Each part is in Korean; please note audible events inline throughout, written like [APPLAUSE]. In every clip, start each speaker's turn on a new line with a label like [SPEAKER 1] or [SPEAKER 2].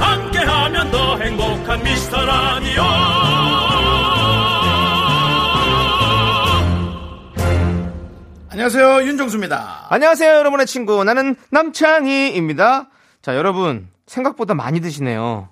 [SPEAKER 1] 함께하면 더 행복한 미스터 라디오
[SPEAKER 2] 안녕하세요 윤정수입니다.
[SPEAKER 3] 안녕하세요, 여러분의 친구. 나는 남창희입니다. 자, 여러분. 생각보다 많이 드시네요.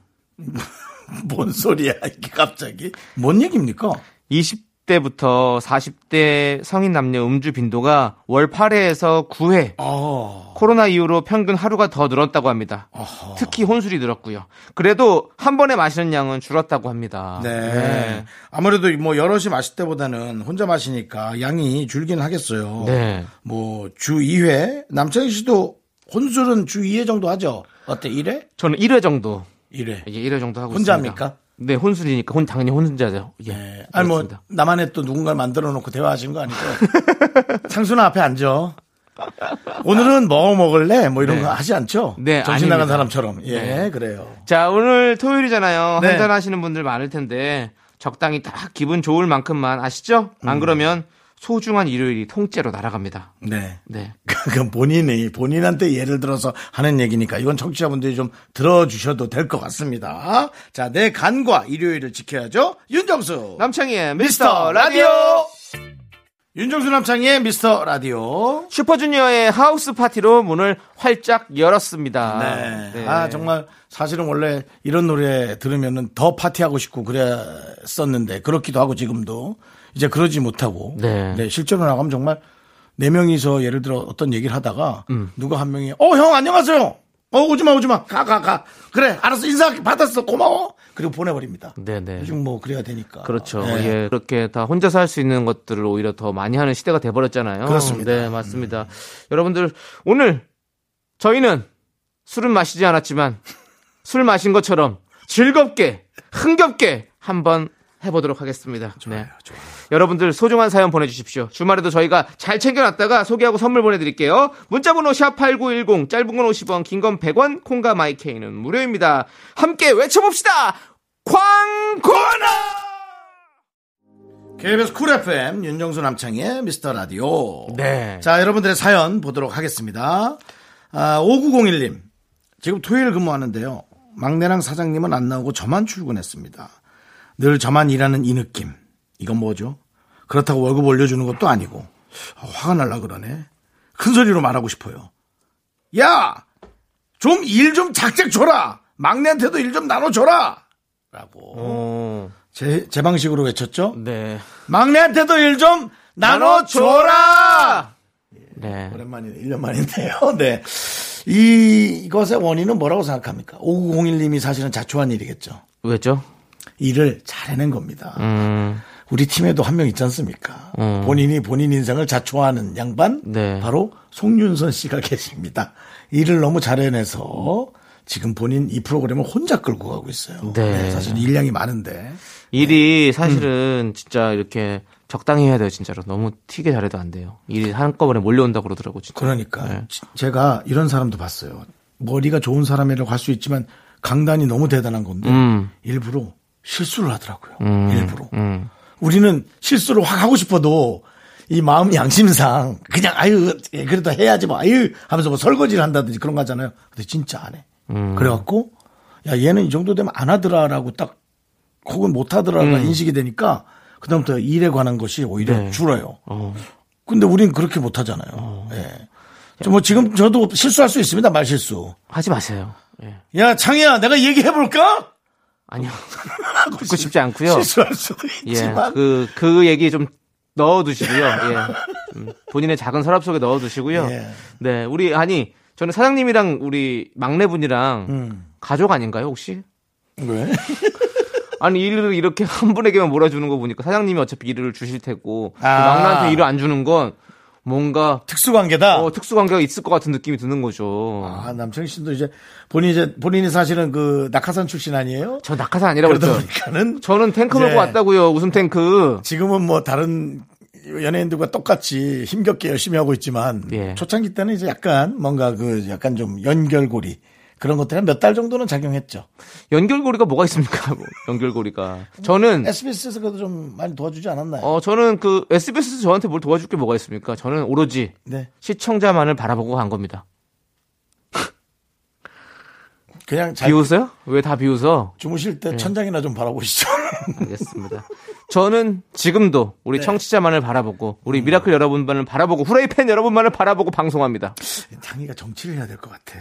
[SPEAKER 2] 뭔 소리야 이게 갑자기? 뭔 얘기입니까?
[SPEAKER 3] 20대부터 40대 성인 남녀 음주 빈도가 월 8회에서 9회.
[SPEAKER 2] 어,
[SPEAKER 3] 코로나 이후로 평균 하루가 더 늘었다고 합니다.
[SPEAKER 2] 어허.
[SPEAKER 3] 특히 혼술이 늘었고요. 그래도 한 번에 마시는 양은 줄었다고 합니다.
[SPEAKER 2] 네. 아무래도 뭐 여럿이 마실 때보다는 혼자 마시니까 양이 줄긴 하겠어요.
[SPEAKER 3] 네.
[SPEAKER 2] 뭐 주 2회 남창희 씨도 혼술은 주 2회 정도 하죠. 어때 1회?
[SPEAKER 3] 저는 1회 정도.
[SPEAKER 2] 1회.
[SPEAKER 3] 이제 1회 정도 하고
[SPEAKER 2] 혼자
[SPEAKER 3] 있습니다.
[SPEAKER 2] 합니까?
[SPEAKER 3] 네, 혼술이니까 혼 당연히 혼자죠. 예.
[SPEAKER 2] 네. 아니 뭐
[SPEAKER 3] 그렇습니다.
[SPEAKER 2] 나만의 또 누군가를 만들어 놓고 대화하신 거
[SPEAKER 3] [LAUGHS]
[SPEAKER 2] 아니고 상수나 앞에 앉아. 오늘은 뭐 먹을래? 뭐 이런
[SPEAKER 3] 네.
[SPEAKER 2] 거 하지 않죠?
[SPEAKER 3] 네,
[SPEAKER 2] 정신 나간
[SPEAKER 3] 아닙니다.
[SPEAKER 2] 사람처럼. 예,
[SPEAKER 3] 네.
[SPEAKER 2] 그래요.
[SPEAKER 3] 자, 오늘 토요일이잖아요.
[SPEAKER 2] 네.
[SPEAKER 3] 한잔 하시는 분들 많을 텐데 적당히 딱 기분 좋을 만큼만 아시죠? 안 그러면 소중한 일요일이 통째로 날아갑니다.
[SPEAKER 2] 네.
[SPEAKER 3] 네.
[SPEAKER 2] 그건 본인이 본인한테 예를 들어서 하는 얘기니까 이건 청취자분들이 좀 들어주셔도 될 것 같습니다. 자, 내 간과 일요일을 지켜야죠. 윤정수
[SPEAKER 3] 남창희의 미스터 라디오
[SPEAKER 2] 윤정수 남창희의 미스터 라디오.
[SPEAKER 3] 슈퍼주니어의 하우스 파티로 문을 활짝 열었습니다.
[SPEAKER 2] 네.
[SPEAKER 3] 네.
[SPEAKER 2] 아 정말 사실은 원래 이런 노래 들으면은 더 파티하고 싶고 그랬었는데 그렇기도 하고 지금도 이제 그러지 못하고
[SPEAKER 3] 네.
[SPEAKER 2] 실제로 나가면 정말 네 명이서 예를 들어 어떤 얘기를 하다가
[SPEAKER 3] 음.
[SPEAKER 2] 누가 한 명이 어 형 안녕하세요 어 오지마 오지마 가 가 가 그래 알았어 인사 받았어 고마워 그리고 보내버립니다
[SPEAKER 3] 네, 네.
[SPEAKER 2] 요즘 뭐 그래야 되니까
[SPEAKER 3] 그렇죠.
[SPEAKER 2] 네.
[SPEAKER 3] 예, 그렇게 다 혼자서 할 수 있는 것들을 오히려 더 많이 하는 시대가 돼버렸잖아요.
[SPEAKER 2] 그렇습니다. 음.
[SPEAKER 3] 네, 맞습니다. 여러분들 오늘 저희는 술은 마시지 않았지만 술 마신 것처럼 즐겁게 흥겹게 한번 해보도록 하겠습니다. 네. 여러분들 소중한 사연 보내주십시오. 주말에도 저희가 잘 챙겨놨다가 소개하고 선물 보내드릴게요. 문자번호 샵8910 짧은 건 50원 긴 건 100원 콩과 마이케이는 무료입니다. 함께 외쳐봅시다. 광고나
[SPEAKER 2] KBS 쿨 FM 윤정수 남창희의 미스터 라디오.
[SPEAKER 3] 네.
[SPEAKER 2] 자, 여러분들의 사연 보도록 하겠습니다. 아, 5901님. 지금 토요일 근무하는데요. 막내랑 사장님은 안 나오고 저만 출근했습니다. 늘 저만 일하는 이 느낌. 이건 뭐죠? 그렇다고 월급 올려주는 것도 아니고. 아, 화가 날라 그러네. 큰 소리로 말하고 싶어요. 야! 좀 일 좀 작작 줘라! 막내한테도 일 좀 나눠줘라! 라고.
[SPEAKER 3] 어,
[SPEAKER 2] 제, 제 방식으로 외쳤죠?
[SPEAKER 3] 네.
[SPEAKER 2] 막내한테도 일 좀 나눠줘라!
[SPEAKER 3] 네.
[SPEAKER 2] 오랜만이네. 1년 만인데요. [LAUGHS] 네. 이, 이것의 원인은 뭐라고 생각합니까? 5901님이 사실은 자초한 일이겠죠.
[SPEAKER 3] 왜죠?
[SPEAKER 2] 일을 잘 해낸 겁니다.
[SPEAKER 3] 음,
[SPEAKER 2] 우리 팀에도 한 명 있지 않습니까? 본인이 본인 인생을 자초하는 양반?
[SPEAKER 3] 네.
[SPEAKER 2] 바로 송윤선 씨가 [LAUGHS] 계십니다. 일을 너무 잘 해내서 지금 본인 이 프로그램을 혼자 끌고 가고 있어요.
[SPEAKER 3] 네.
[SPEAKER 2] 사실 일량이 많은데.
[SPEAKER 3] 일이
[SPEAKER 2] 네.
[SPEAKER 3] 사실은 진짜 이렇게 적당히 해야 돼요, 진짜로. 너무 튀게 잘해도 안 돼요. 일이 한꺼번에 몰려온다고 그러더라고, 진짜.
[SPEAKER 2] 그러니까
[SPEAKER 3] 네.
[SPEAKER 2] 지- 제가 이런 사람도 봤어요. 머리가 좋은 사람이라고 할 수 있지만 강단이 너무 대단한 건데
[SPEAKER 3] 음.
[SPEAKER 2] 일부러 실수를 하더라고요.
[SPEAKER 3] 음,
[SPEAKER 2] 일부러.
[SPEAKER 3] 음.
[SPEAKER 2] 우리는 실수를 확 하고 싶어도 이 마음 양심상 그냥 아유 예, 그래도 해야지 뭐 아유 하면서 뭐 설거지를 한다든지 그런 거 하잖아요. 근데 진짜 안 해.
[SPEAKER 3] 음.
[SPEAKER 2] 그래갖고 야 얘는 이 정도 되면 안 하더라라고 딱 혹은 못 하더라가 인식이 되니까 그다음부터 일에 관한 것이 오히려
[SPEAKER 3] 음. 네.
[SPEAKER 2] 줄어요.
[SPEAKER 3] 어.
[SPEAKER 2] 근데 우린 그렇게 못 하잖아요. 예. 저뭐 지금 저도 실수할 수 있습니다. 말 실수.
[SPEAKER 3] 하지 마세요. 예.
[SPEAKER 2] 야, 창희야, 내가 얘기해 볼까?
[SPEAKER 3] 아니요. [LAUGHS] 듣고 싶지 않고요.
[SPEAKER 2] 어. 실수할 수도
[SPEAKER 3] 예.
[SPEAKER 2] 있지만
[SPEAKER 3] 그, 그 얘기 좀 넣어두시고요. 예. 음, 본인의 작은 서랍 속에 넣어두시고요.
[SPEAKER 2] 예.
[SPEAKER 3] 네. 우리, 아니, 저는 사장님이랑 우리 막내분이랑
[SPEAKER 2] 음.
[SPEAKER 3] 가족 아닌가요, 혹시?
[SPEAKER 2] 왜?
[SPEAKER 3] 아니 일을 이렇게 [LAUGHS] 한 분에게만 몰아주는 거 보니까 사장님이 어차피 일을 주실 테고 그
[SPEAKER 2] 아.
[SPEAKER 3] 막내한테 일을 안 주는 건 뭔가
[SPEAKER 2] 특수관계다.
[SPEAKER 3] 어, 특수관계가 있을 것 같은 느낌이 드는 거죠.
[SPEAKER 2] 아, 남창희 씨도 이제 본인이 이제 본인이 사실은 그 낙하산 출신 아니에요?
[SPEAKER 3] 저 낙하산 아니라고
[SPEAKER 2] 그러다
[SPEAKER 3] 그랬죠.
[SPEAKER 2] 보니까는 네.
[SPEAKER 3] 저는 탱크
[SPEAKER 2] 이제
[SPEAKER 3] 몰고 왔다고요. 웃음 탱크.
[SPEAKER 2] 지금은 뭐 다른 연예인들과 똑같이 힘겹게 열심히 하고 있지만
[SPEAKER 3] 예.
[SPEAKER 2] 초창기 때는 이제 약간 뭔가 그 약간 좀 연결고리 그런 것들은 몇 달 정도는 작용했죠.
[SPEAKER 3] 연결고리가 뭐가 있습니까? [LAUGHS] 뭐, 연결고리가. 저는
[SPEAKER 2] SBS에서 그래도 좀 많이 도와주지 않았나요?
[SPEAKER 3] 음. 어 저는 그 SBS 에서 저한테 뭘 도와줄 게 뭐가 있습니까? 저는 오로지
[SPEAKER 2] 네.
[SPEAKER 3] 시청자만을 바라보고 간 겁니다.
[SPEAKER 2] 그냥 잘
[SPEAKER 3] 비웃어요? 예. 왜 다 비웃어?
[SPEAKER 2] 주무실 때 천장이나 좀 바라보시죠. [LAUGHS]
[SPEAKER 3] 알겠습니다. 저는 지금도 우리 청취자만을 바라보고 우리 미라클 여러분만을 바라보고 후라이 팬 여러분만을 바라보고 방송합니다.
[SPEAKER 2] 장이가 정치를 해야 될 것 같아.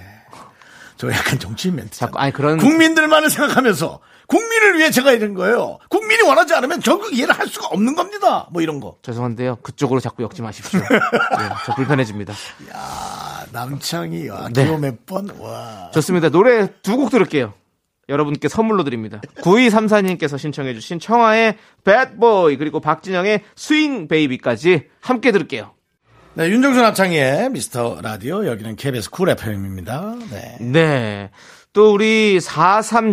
[SPEAKER 2] 저 약간 정치인 멘트.
[SPEAKER 3] 자꾸 아니 그런
[SPEAKER 2] 국민들만을 생각하면서 국민을 위해 제가 이런 거예요. 국민이 원하지 않으면 결국 이해를 할 수가 없는 겁니다. 뭐 이런 거.
[SPEAKER 3] 죄송한데요. 그쪽으로 자꾸 엮지 마십시오. 네, 저 불편해집니다.
[SPEAKER 2] 아, 남창이 와,
[SPEAKER 3] 네.
[SPEAKER 2] 기호 몇 번? 와.
[SPEAKER 3] 좋습니다. 노래 두 곡 들을게요. 여러분께 선물로 드립니다. 9234님께서 신청해주신 청하의 배드보이 그리고 박진영의 스윙 베이비까지 함께 들을게요.
[SPEAKER 2] 네, 윤정수 남창희의 미스터 라디오 여기는 KBS 쿨 FM입니다. 네.
[SPEAKER 3] 네. 또 우리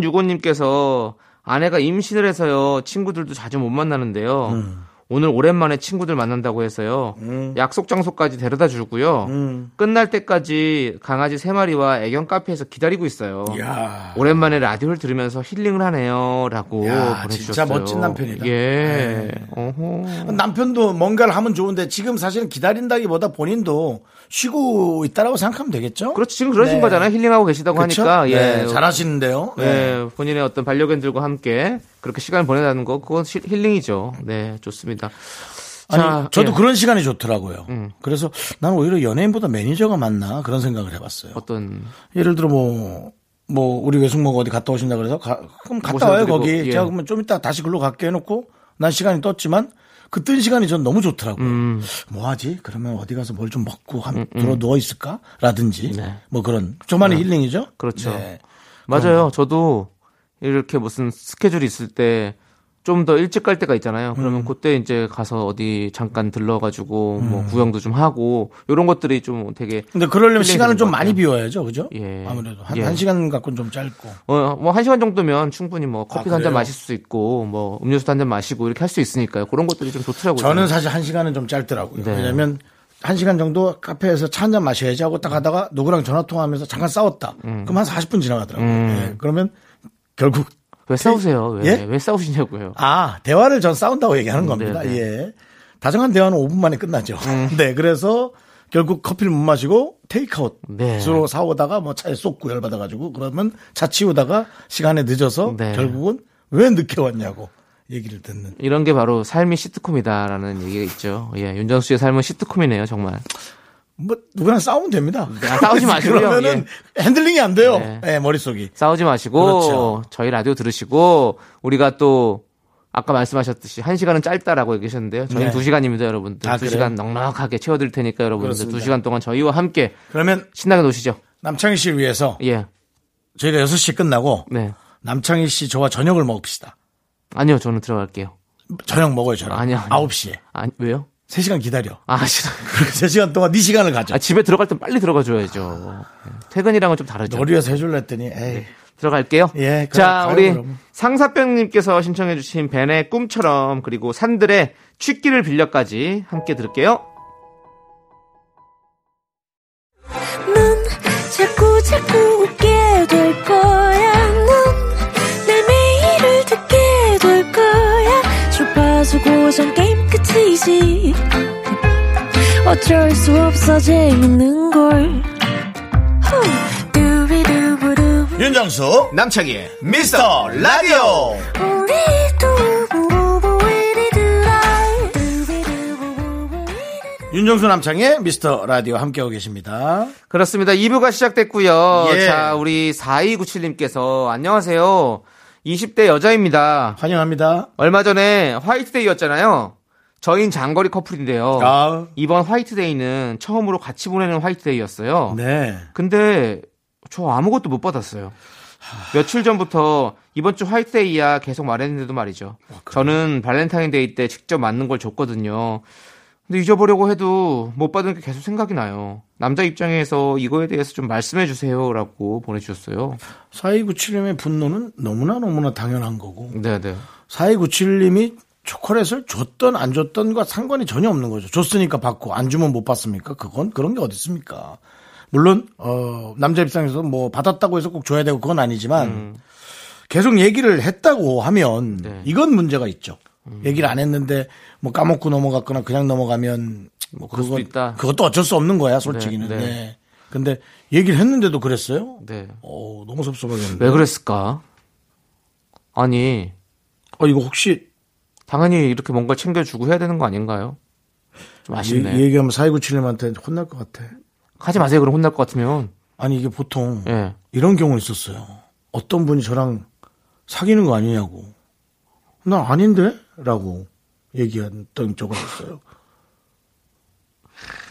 [SPEAKER 3] 4365님께서 아내가 임신을 해서요. 친구들도 자주 못 만나는데요.
[SPEAKER 2] 음.
[SPEAKER 3] 오늘 오랜만에 친구들 만난다고 해서요. 약속 장소까지 데려다 주고요.
[SPEAKER 2] 음.
[SPEAKER 3] 끝날 때까지 강아지 3마리와 애견 카페에서 기다리고 있어요.
[SPEAKER 2] 이야.
[SPEAKER 3] 오랜만에 라디오를 들으면서 힐링을 하네요라고
[SPEAKER 2] 야,
[SPEAKER 3] 보내주셨어요.
[SPEAKER 2] 진짜 멋진 남편이다. 네.
[SPEAKER 3] 예. 어허.
[SPEAKER 2] 남편도 뭔가를 하면 좋은데 지금 사실은 기다린다기보다 본인도 쉬고 있다라고 생각하면 되겠죠?
[SPEAKER 3] 그렇지 지금 그러신
[SPEAKER 2] 네.
[SPEAKER 3] 거잖아요. 힐링하고 계시다고
[SPEAKER 2] 그쵸?
[SPEAKER 3] 하니까
[SPEAKER 2] 네,
[SPEAKER 3] 예.
[SPEAKER 2] 잘하시는데요.
[SPEAKER 3] 예,
[SPEAKER 2] 네.
[SPEAKER 3] 본인의 어떤 반려견들과 함께 그렇게 시간을 보내는 거 그건 실- 힐링이죠. 네, 좋습니다.
[SPEAKER 2] 아니,
[SPEAKER 3] 자,
[SPEAKER 2] 저도
[SPEAKER 3] 예. 음.
[SPEAKER 2] 그런 시간이 좋더라고요. 그래서 난 오히려 연예인보다 매니저가 맞나 그런 생각을 해봤어요.
[SPEAKER 3] 어떤
[SPEAKER 2] 예를 들어 뭐, 뭐, 우리 외숙모가 어디 갔다 오신다 그래서 가- 그럼 갔다
[SPEAKER 3] 모셔드리고,
[SPEAKER 2] 와요, 거기.
[SPEAKER 3] 예.
[SPEAKER 2] 제가 그러면 좀 이따 다시 글로 갈게 해놓고 난 시간이 떴지만 그 뜬 시간이 전 너무 좋더라고요.
[SPEAKER 3] 음.
[SPEAKER 2] 뭐 하지? 그러면 어디 가서 뭘 좀 먹고 한, 들어 누워 있을까? 라든지 뭐 그런 저만의 힐링이죠.
[SPEAKER 3] 네. 그렇죠.
[SPEAKER 2] 네.
[SPEAKER 3] 맞아요. 저도 이렇게 무슨 스케줄이 있을 때 좀 더 일찍 갈 때가 있잖아요.
[SPEAKER 2] 음.
[SPEAKER 3] 그러면 그때 이제 가서 어디 잠깐 들러가지고 뭐 구경도 좀 하고 이런 것들이 좀 되게
[SPEAKER 2] 음. 근데 그러려면
[SPEAKER 3] 힐링이
[SPEAKER 2] 시간을
[SPEAKER 3] 되는
[SPEAKER 2] 좀
[SPEAKER 3] 것 같아요.
[SPEAKER 2] 많이 비워야죠, 그죠?
[SPEAKER 3] 예.
[SPEAKER 2] 아무래도 한,
[SPEAKER 3] 예.
[SPEAKER 2] 한 시간 갖고는 좀 짧고.
[SPEAKER 3] 어, 뭐, 한 시간 정도면 충분히 뭐, 커피도 한 잔
[SPEAKER 2] 아, 그래요?
[SPEAKER 3] 마실 수 있고, 뭐, 음료수도 한 잔 마시고, 이렇게 할 수 있으니까요. 그런 것들이 좀 좋더라고요.
[SPEAKER 2] 저는 사실 한 시간은 좀 짧더라고요.
[SPEAKER 3] 네.
[SPEAKER 2] 왜냐면 한 시간 정도 카페에서 차 한 잔 마셔야지 하고 딱 가다가 누구랑 전화 통화하면서 잠깐 싸웠다.
[SPEAKER 3] 음.
[SPEAKER 2] 그럼 한 40분 지나가더라고요. 예, 그러면 결국
[SPEAKER 3] 왜 싸우세요? 왜,
[SPEAKER 2] 예?
[SPEAKER 3] 왜 싸우시냐고요.
[SPEAKER 2] 아 대화를 전 싸운다고 얘기하는 겁니다.
[SPEAKER 3] 네, 음. 네.
[SPEAKER 2] 예. 다정한 대화는 5분 만에 끝나죠. [LAUGHS] 네, 그래서 결국 커피를 못 마시고 테이크아웃으로
[SPEAKER 3] 네.
[SPEAKER 2] 사오다가 뭐 차에 쏟고 열받아가지고 그러면 차 치우다가 시간에 늦어서
[SPEAKER 3] 네.
[SPEAKER 2] 결국은 왜 늦게 왔냐고 얘기를 듣는.
[SPEAKER 3] 이런 게 바로 삶이 시트콤이다라는 얘기가 있죠. 예, 윤정수 씨의 삶은 시트콤이네요, 정말.
[SPEAKER 2] 뭐 누구나 싸우면 됩니다.
[SPEAKER 3] 아,
[SPEAKER 2] [LAUGHS]
[SPEAKER 3] 싸우지 마시고요. 예.
[SPEAKER 2] 그러면은 핸들링이 안 돼요.
[SPEAKER 3] 네.
[SPEAKER 2] 예, 머릿속이.
[SPEAKER 3] 싸우지 마시고,
[SPEAKER 2] 그렇죠.
[SPEAKER 3] 저희 라디오 들으시고, 우리가 또, 아까 말씀하셨듯이, 한 시간은 짧다라고 얘기하셨는데요. 저희는
[SPEAKER 2] 네.
[SPEAKER 3] 두 시간입니다, 여러분들.
[SPEAKER 2] 아,
[SPEAKER 3] 두
[SPEAKER 2] 그래요?
[SPEAKER 3] 시간 넉넉하게 채워드릴 테니까 여러분들 두
[SPEAKER 2] 그렇습니다.
[SPEAKER 3] 시간 동안 저희와 함께
[SPEAKER 2] 그러면
[SPEAKER 3] 신나게 노시죠.
[SPEAKER 2] 남창희 씨를 위해서
[SPEAKER 3] 예,
[SPEAKER 2] 저희가 6시 끝나고
[SPEAKER 3] 네.
[SPEAKER 2] 남창희 씨 저와 저녁을 먹읍시다.
[SPEAKER 3] 아니요, 저는 들어갈게요.
[SPEAKER 2] 저녁 먹어요, 저랑.
[SPEAKER 3] 아니요, 아니요.
[SPEAKER 2] 9시에.
[SPEAKER 3] 아, 왜요?
[SPEAKER 2] 3시간 기다려. [LAUGHS]
[SPEAKER 3] 아, 싫어.
[SPEAKER 2] 그렇게 3시간 동안 네 시간을 가져.
[SPEAKER 3] 아, 집에 들어갈 땐 빨리 들어가 줘야죠. 예, 퇴근이랑은 좀 다르죠.
[SPEAKER 2] 너를 위해서 해줄라 했더니 에이.
[SPEAKER 3] 네. 들어갈게요.
[SPEAKER 2] 예, 그럼
[SPEAKER 3] 자,
[SPEAKER 2] 가요,
[SPEAKER 3] 우리
[SPEAKER 2] 그럼.
[SPEAKER 3] 상사병님께서 신청해주신 벤의 꿈처럼 그리고 산들의 취기를 빌려까지 함께 들을게요.
[SPEAKER 4] 넌 자꾸 자꾸 웃게 될 거야. 넌내 매일을 듣게 될 거야. 주파수 고정 게임 끝이지. 어쩔 수 없어 재밌는 걸. 후. 두비두부두.
[SPEAKER 2] 윤정수 남창희 미스터 라디오.
[SPEAKER 4] 우리 두부부부 우리 두라. 두비두부부부 우리 두라.
[SPEAKER 2] 윤정수 남창희 미스터 라디오 함께하고 계십니다.
[SPEAKER 3] 그렇습니다. 2부가 시작됐고요.
[SPEAKER 2] 예.
[SPEAKER 3] 자, 우리 4297님께서 안녕하세요. 20대 여자입니다.
[SPEAKER 2] 환영합니다.
[SPEAKER 3] 얼마 전에 화이트데이였잖아요. 저희는 장거리 커플인데요.
[SPEAKER 2] 아.
[SPEAKER 3] 이번 화이트데이는 처음으로 같이 보내는 화이트데이였어요.
[SPEAKER 2] 네.
[SPEAKER 3] 근데 저 아무것도 못 받았어요. 며칠 전부터 이번 주
[SPEAKER 2] 아,
[SPEAKER 3] 화이트데이야 계속 말했는데도 말이죠. 저는 발렌타인데이 때 직접 맞는 걸 줬거든요. 근데 잊어보려고 해도 못 받은 게 계속 생각이 나요. 남자 입장에서 이거에 대해서 좀 말씀해 주세요라고 보내주셨어요.
[SPEAKER 2] 4297님의 분노는 너무나 너무나 당연한 거고
[SPEAKER 3] 네네.
[SPEAKER 2] 4297님이 초콜릿을 줬던 안 줬던과 상관이 전혀 없는 거죠. 줬으니까 받고 안 주면 못 받습니까? 그건 그런 게 어디 있습니까? 물론 어, 남자 입장에서 뭐 받았다고 해서 꼭 줘야 되고 그건 아니지만
[SPEAKER 3] 음.
[SPEAKER 2] 계속 얘기를 했다고 하면
[SPEAKER 3] 네.
[SPEAKER 2] 이건 문제가 있죠. 얘기를 안 했는데 뭐 까먹고 넘어갔거나 그냥 넘어가면 뭐
[SPEAKER 3] 그럴 수도
[SPEAKER 2] 그건
[SPEAKER 3] 있다.
[SPEAKER 2] 그것도 어쩔 수 없는 거야 솔직히는.
[SPEAKER 3] 네,
[SPEAKER 2] 네,
[SPEAKER 3] 네.
[SPEAKER 2] 근데 얘기를 했는데도 그랬어요?
[SPEAKER 3] 네.
[SPEAKER 2] 어 너무 섭섭하겠는데.
[SPEAKER 3] 왜 그랬을까? 아니
[SPEAKER 2] 어 이거 혹시
[SPEAKER 3] 당연히 이렇게 뭔가 챙겨주고 해야 되는 거 아닌가요? 좀 아쉽네.
[SPEAKER 2] 이, 이 얘기하면 4297님한테 혼날 것 같아.
[SPEAKER 3] 하지 마세요. 그럼 혼날 것 같으면.
[SPEAKER 2] 아니 이게 보통
[SPEAKER 3] 예.
[SPEAKER 2] 이런 경우 있었어요. 어떤 분이 저랑 사귀는 거 아니냐고. 나 아닌데? 라고 얘기했던 적은 있어요.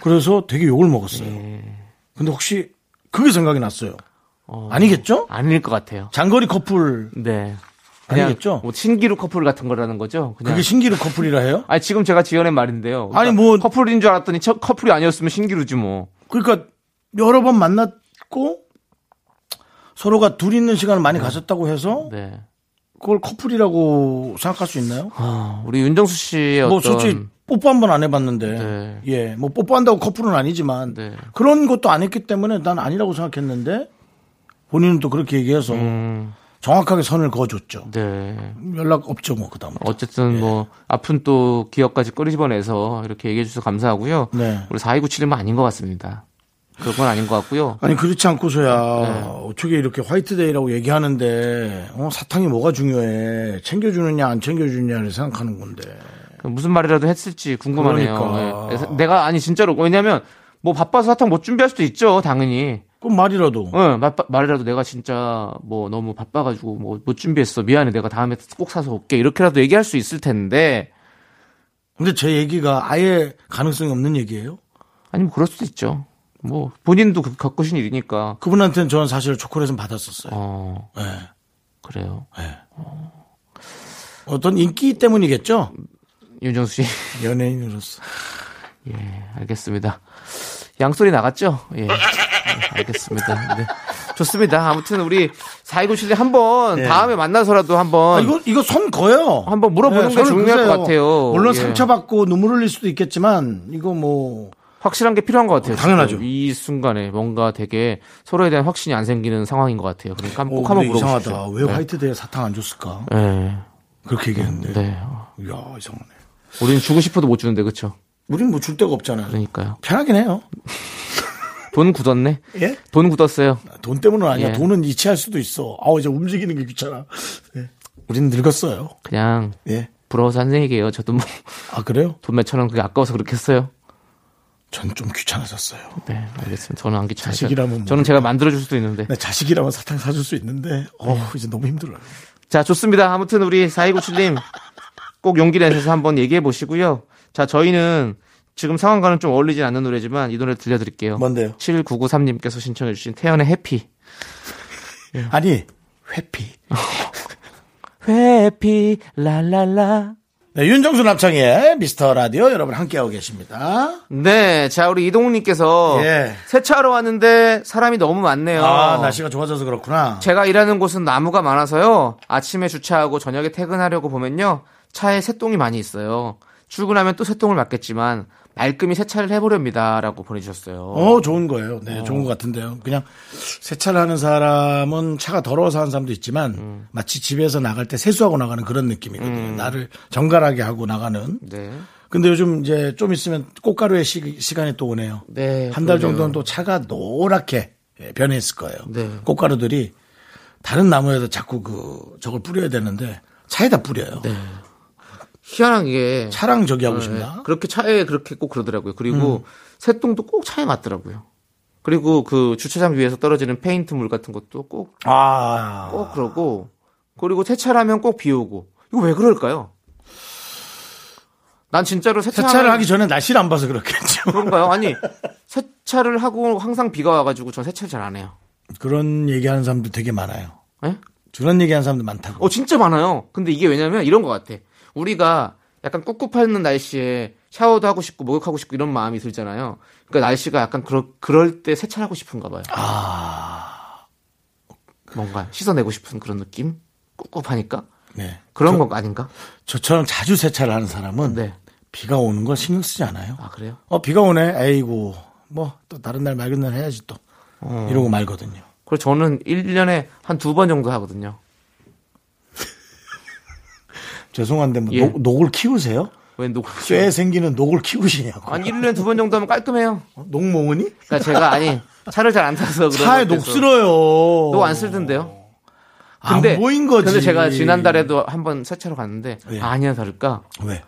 [SPEAKER 2] 그래서 되게 욕을 먹었어요.
[SPEAKER 3] 예.
[SPEAKER 2] 근데 혹시 그게 생각이 났어요.
[SPEAKER 3] 어,
[SPEAKER 2] 아니겠죠?
[SPEAKER 3] 아닐 것 같아요.
[SPEAKER 2] 장거리 커플
[SPEAKER 3] 네.
[SPEAKER 2] 아니겠죠?
[SPEAKER 3] 뭐 네. 신기루 커플 같은 거라는 거죠. 그냥.
[SPEAKER 2] 그게 신기루 커플이라 해요?
[SPEAKER 3] 아니 지금 제가 지어낸 말인데요. 그러니까
[SPEAKER 2] 아니, 뭐-
[SPEAKER 3] 커플인 줄 알았더니 처- 커플이 아니었으면 신기루지 뭐.
[SPEAKER 2] 그러니까 여러 번 만났고 서로가 둘이 있는 시간을 많이 가졌다고 해서
[SPEAKER 3] 네.
[SPEAKER 2] 그걸 커플이라고 생각할 수 있나요?
[SPEAKER 3] 아, 우리 윤정수 씨의
[SPEAKER 2] 뭐
[SPEAKER 3] 어떤
[SPEAKER 2] 솔직히 뽀뽀 한 번 안 해봤는데
[SPEAKER 3] 네.
[SPEAKER 2] 예 뭐 뽀뽀한다고 커플은 아니지만
[SPEAKER 3] 네.
[SPEAKER 2] 그런 것도 안 했기 때문에 난 아니라고 생각했는데 본인은 또 그렇게 얘기해서
[SPEAKER 3] 음,
[SPEAKER 2] 정확하게 선을 그어줬죠
[SPEAKER 3] 네.
[SPEAKER 2] 연락 없죠 뭐 그다음
[SPEAKER 3] 어쨌든 뭐 아픈 또 기억까지 끄집어내서 이렇게 얘기해 주셔서 감사하고요.
[SPEAKER 2] 네.
[SPEAKER 3] 우리 4297은 아닌 것 같습니다. 그건 아닌 것 같고요.
[SPEAKER 2] 아니 그렇지 않고서야
[SPEAKER 3] 네.
[SPEAKER 2] 어떻게 이렇게 화이트데이라고 얘기하는데 어, 사탕이 뭐가 중요해 챙겨주느냐 안 챙겨주느냐를 생각하는 건데
[SPEAKER 3] 무슨 말이라도 했을지 궁금하네요.
[SPEAKER 2] 그러니까.
[SPEAKER 3] 예. 그래서 내가 아니 진짜로 왜냐면 뭐 바빠서 사탕 못 준비할 수도 있죠 당연히.
[SPEAKER 2] 그건 말이라도
[SPEAKER 3] 어, 말, 말이라도 내가 진짜 뭐 너무 바빠가지고 뭐 못 준비했어 미안해 내가 다음에 꼭 사서 올게 이렇게라도 얘기할 수 있을 텐데
[SPEAKER 2] 근데 제 얘기가 아예 가능성이 없는 얘기예요
[SPEAKER 3] 아니면 그럴 수도 있죠. 뭐 본인도 그- 겪으신 일이니까.
[SPEAKER 2] 그분한테는 저는 사실 초콜릿은 받았었어요
[SPEAKER 3] 어
[SPEAKER 2] 예.
[SPEAKER 3] 그래요.
[SPEAKER 2] 어떤 인기 때문이겠죠
[SPEAKER 3] 윤정수 씨. [LAUGHS]
[SPEAKER 2] 연예인으로서
[SPEAKER 3] 예, 알겠습니다. 양소리 나갔죠? 예. 예, 알겠습니다. 네. 좋습니다. 아무튼 우리 4297님 한번 다음에 만나서라도 한번
[SPEAKER 2] 네. 아, 이거 이거 손 거요. 예,
[SPEAKER 3] 한번 물어보는 게
[SPEAKER 2] 손을
[SPEAKER 3] 중요할 것
[SPEAKER 2] 그세요.
[SPEAKER 3] 같아요.
[SPEAKER 2] 물론
[SPEAKER 3] 예.
[SPEAKER 2] 상처받고 눈물 흘릴 수도 있겠지만 이거 뭐
[SPEAKER 3] 확실한 게 필요한 것 같아요.
[SPEAKER 2] 당연하죠.
[SPEAKER 3] 지금 이 순간에 뭔가 되게 서로에 대한 확신이 안 생기는 상황인 것 같아요. 그러니까 한번
[SPEAKER 2] 어,
[SPEAKER 3] 꼭 한번
[SPEAKER 2] 근데
[SPEAKER 3] 물어보십시오.
[SPEAKER 2] 이상하다. 왜 화이트데이에 사탕 안 줬을까?
[SPEAKER 3] 네.
[SPEAKER 2] 그렇게 얘기했는데.
[SPEAKER 3] 네.
[SPEAKER 2] 이야 이상하네.
[SPEAKER 3] 우리는 주고 싶어도 못 주는데 그렇죠.
[SPEAKER 2] 우린 뭐 줄 데가 없잖아요.
[SPEAKER 3] 그러니까요.
[SPEAKER 2] 편하긴 해요.
[SPEAKER 3] 돈 굳었네.
[SPEAKER 2] 예?
[SPEAKER 3] 돈 굳었어요.
[SPEAKER 2] 돈 때문은 아니야.
[SPEAKER 3] 예.
[SPEAKER 2] 돈은 이체할 수도 있어. 아우 이제 움직이는 게 귀찮아. 예. 우린 늙었어요.
[SPEAKER 3] 그냥
[SPEAKER 2] 예.
[SPEAKER 3] 부러워서 한 얘기예요. 저도 뭐 [LAUGHS] 돈 몇 천
[SPEAKER 2] 아 그래요?
[SPEAKER 3] 원 그게 아까워서 그렇게 했어요.
[SPEAKER 2] 전 좀 귀찮아졌어요.
[SPEAKER 3] 네, 알겠습니다. 저는 안 귀찮아요.
[SPEAKER 2] 자식이라면 뭐
[SPEAKER 3] 저는 제가 만들어 줄 수도 있는데.
[SPEAKER 2] 내 자식이라면 사탕 사줄 수 있는데 어우 이제 너무 힘들어요.
[SPEAKER 3] 자, 좋습니다. 아무튼 우리 4297님 꼭 용기 내셔서 한번 얘기해 보시고요. 자, 저희는 지금 상황과는 좀 어울리진 않는 노래지만 이 노래 들려드릴게요.
[SPEAKER 2] 뭔데요?
[SPEAKER 3] 7993님께서 신청해 주신 태연의 해피.
[SPEAKER 2] 아니 회피.
[SPEAKER 3] 해피 랄랄라.
[SPEAKER 2] 네, 윤정수 남창의 미스터 라디오 여러분 함께하고 계십니다.
[SPEAKER 3] 네, 자 우리 이동욱님께서
[SPEAKER 2] 예.
[SPEAKER 3] 세차하러 왔는데 사람이 너무 많네요.
[SPEAKER 2] 아, 날씨가 좋아져서 그렇구나.
[SPEAKER 3] 제가 일하는 곳은 나무가 많아서요. 아침에 주차하고 저녁에 퇴근하려고 보면요. 차에 새똥이 많이 있어요. 출근하면 또 새똥을 맡겠지만 말끔히 세차를 해보렵니다. 라고 보내주셨어요.
[SPEAKER 2] 어, 좋은 거예요. 네, 좋은 것 같은데요. 그냥 세차를 하는 사람은 차가 더러워서 하는 사람도 있지만 마치 집에서 나갈 때 세수하고 나가는 그런 느낌이거든요. 나를 정갈하게 하고 나가는.
[SPEAKER 3] 네.
[SPEAKER 2] 근데 요즘 이제 좀 있으면 꽃가루의 시, 시간이 또 오네요.
[SPEAKER 3] 네,
[SPEAKER 2] 한 달
[SPEAKER 3] 그러네요.
[SPEAKER 2] 정도는 또 차가 노랗게 예, 변했을 거예요.
[SPEAKER 3] 네.
[SPEAKER 2] 꽃가루들이 다른 나무에도 자꾸 그 저걸 뿌려야 되는데 차에다 뿌려요.
[SPEAKER 3] 네. 희한한 게
[SPEAKER 2] 차랑 저기 하고
[SPEAKER 3] 네,
[SPEAKER 2] 싶나? 음.
[SPEAKER 3] 그렇게 차에 그렇게 꼭 그러더라고요. 그리고 새똥도 꼭 차에 맞더라고요. 그리고 그 주차장 위에서 떨어지는 페인트물 같은 것도 꼭 꼭
[SPEAKER 2] 아,
[SPEAKER 3] 그러고 그리고 세차하면 꼭 비오고 이거 왜 그럴까요? 난 진짜로 세차하면
[SPEAKER 2] 세차를 하기 전에 날씨를 안 봐서 그렇겠죠. [LAUGHS]
[SPEAKER 3] [LAUGHS] 그런가요? 아니 세차를 하고 항상 비가 와가지고 전 세차를 잘 안 해요.
[SPEAKER 2] 그런 얘기하는 사람도 되게 많아요.
[SPEAKER 3] 예?
[SPEAKER 2] 그런 얘기하는 사람도 많다고.
[SPEAKER 3] 어 진짜 많아요. 근데 이게 왜냐면 이런 것 같아. 우리가 약간 꿉꿉한 날씨에 샤워도 하고 싶고 목욕하고 싶고 이런 마음이 들잖아요. 그러니까 날씨가 약간 그러, 그럴 때 세차하고 싶은가 봐요.
[SPEAKER 2] 아.
[SPEAKER 3] 뭔가 씻어내고 싶은 그런 느낌? 꿉꿉하니까?
[SPEAKER 2] 네.
[SPEAKER 3] 그런 건 아닌가?
[SPEAKER 2] 저처럼 자주 세차를 하는 사람은
[SPEAKER 3] 네.
[SPEAKER 2] 비가 오는 걸 신경 쓰지 않아요.
[SPEAKER 3] 아, 그래요?
[SPEAKER 2] 어, 비가 오네. 에이고. 뭐 또 다른 날 맑은 날 해야지 또.
[SPEAKER 3] 어.
[SPEAKER 2] 이러고 말거든요.
[SPEAKER 3] 그리고 저는 1년에 한 두 번 정도 하거든요.
[SPEAKER 2] 죄송한데 뭐
[SPEAKER 3] 예.
[SPEAKER 2] 녹, 녹을 키우세요?
[SPEAKER 3] 왜 녹,
[SPEAKER 2] 쇠에 생기는 녹을 키우시냐고.
[SPEAKER 3] 그렇죠.
[SPEAKER 2] 어?
[SPEAKER 3] 아니, 1년에 두 번 정도 하면 깔끔해요.
[SPEAKER 2] 녹모으니?
[SPEAKER 3] 그러니까 제가 아니, 차를 잘 안 타서 그런
[SPEAKER 2] 차에
[SPEAKER 3] 것도 있어요.
[SPEAKER 2] 녹슬어요. 아,
[SPEAKER 3] 녹안 쓸던데요.
[SPEAKER 2] 안 보인 거지.
[SPEAKER 3] 근데 제가 지난달에도 한번 세차로 갔는데
[SPEAKER 2] 예.
[SPEAKER 3] 아니야 다를까
[SPEAKER 2] 왜?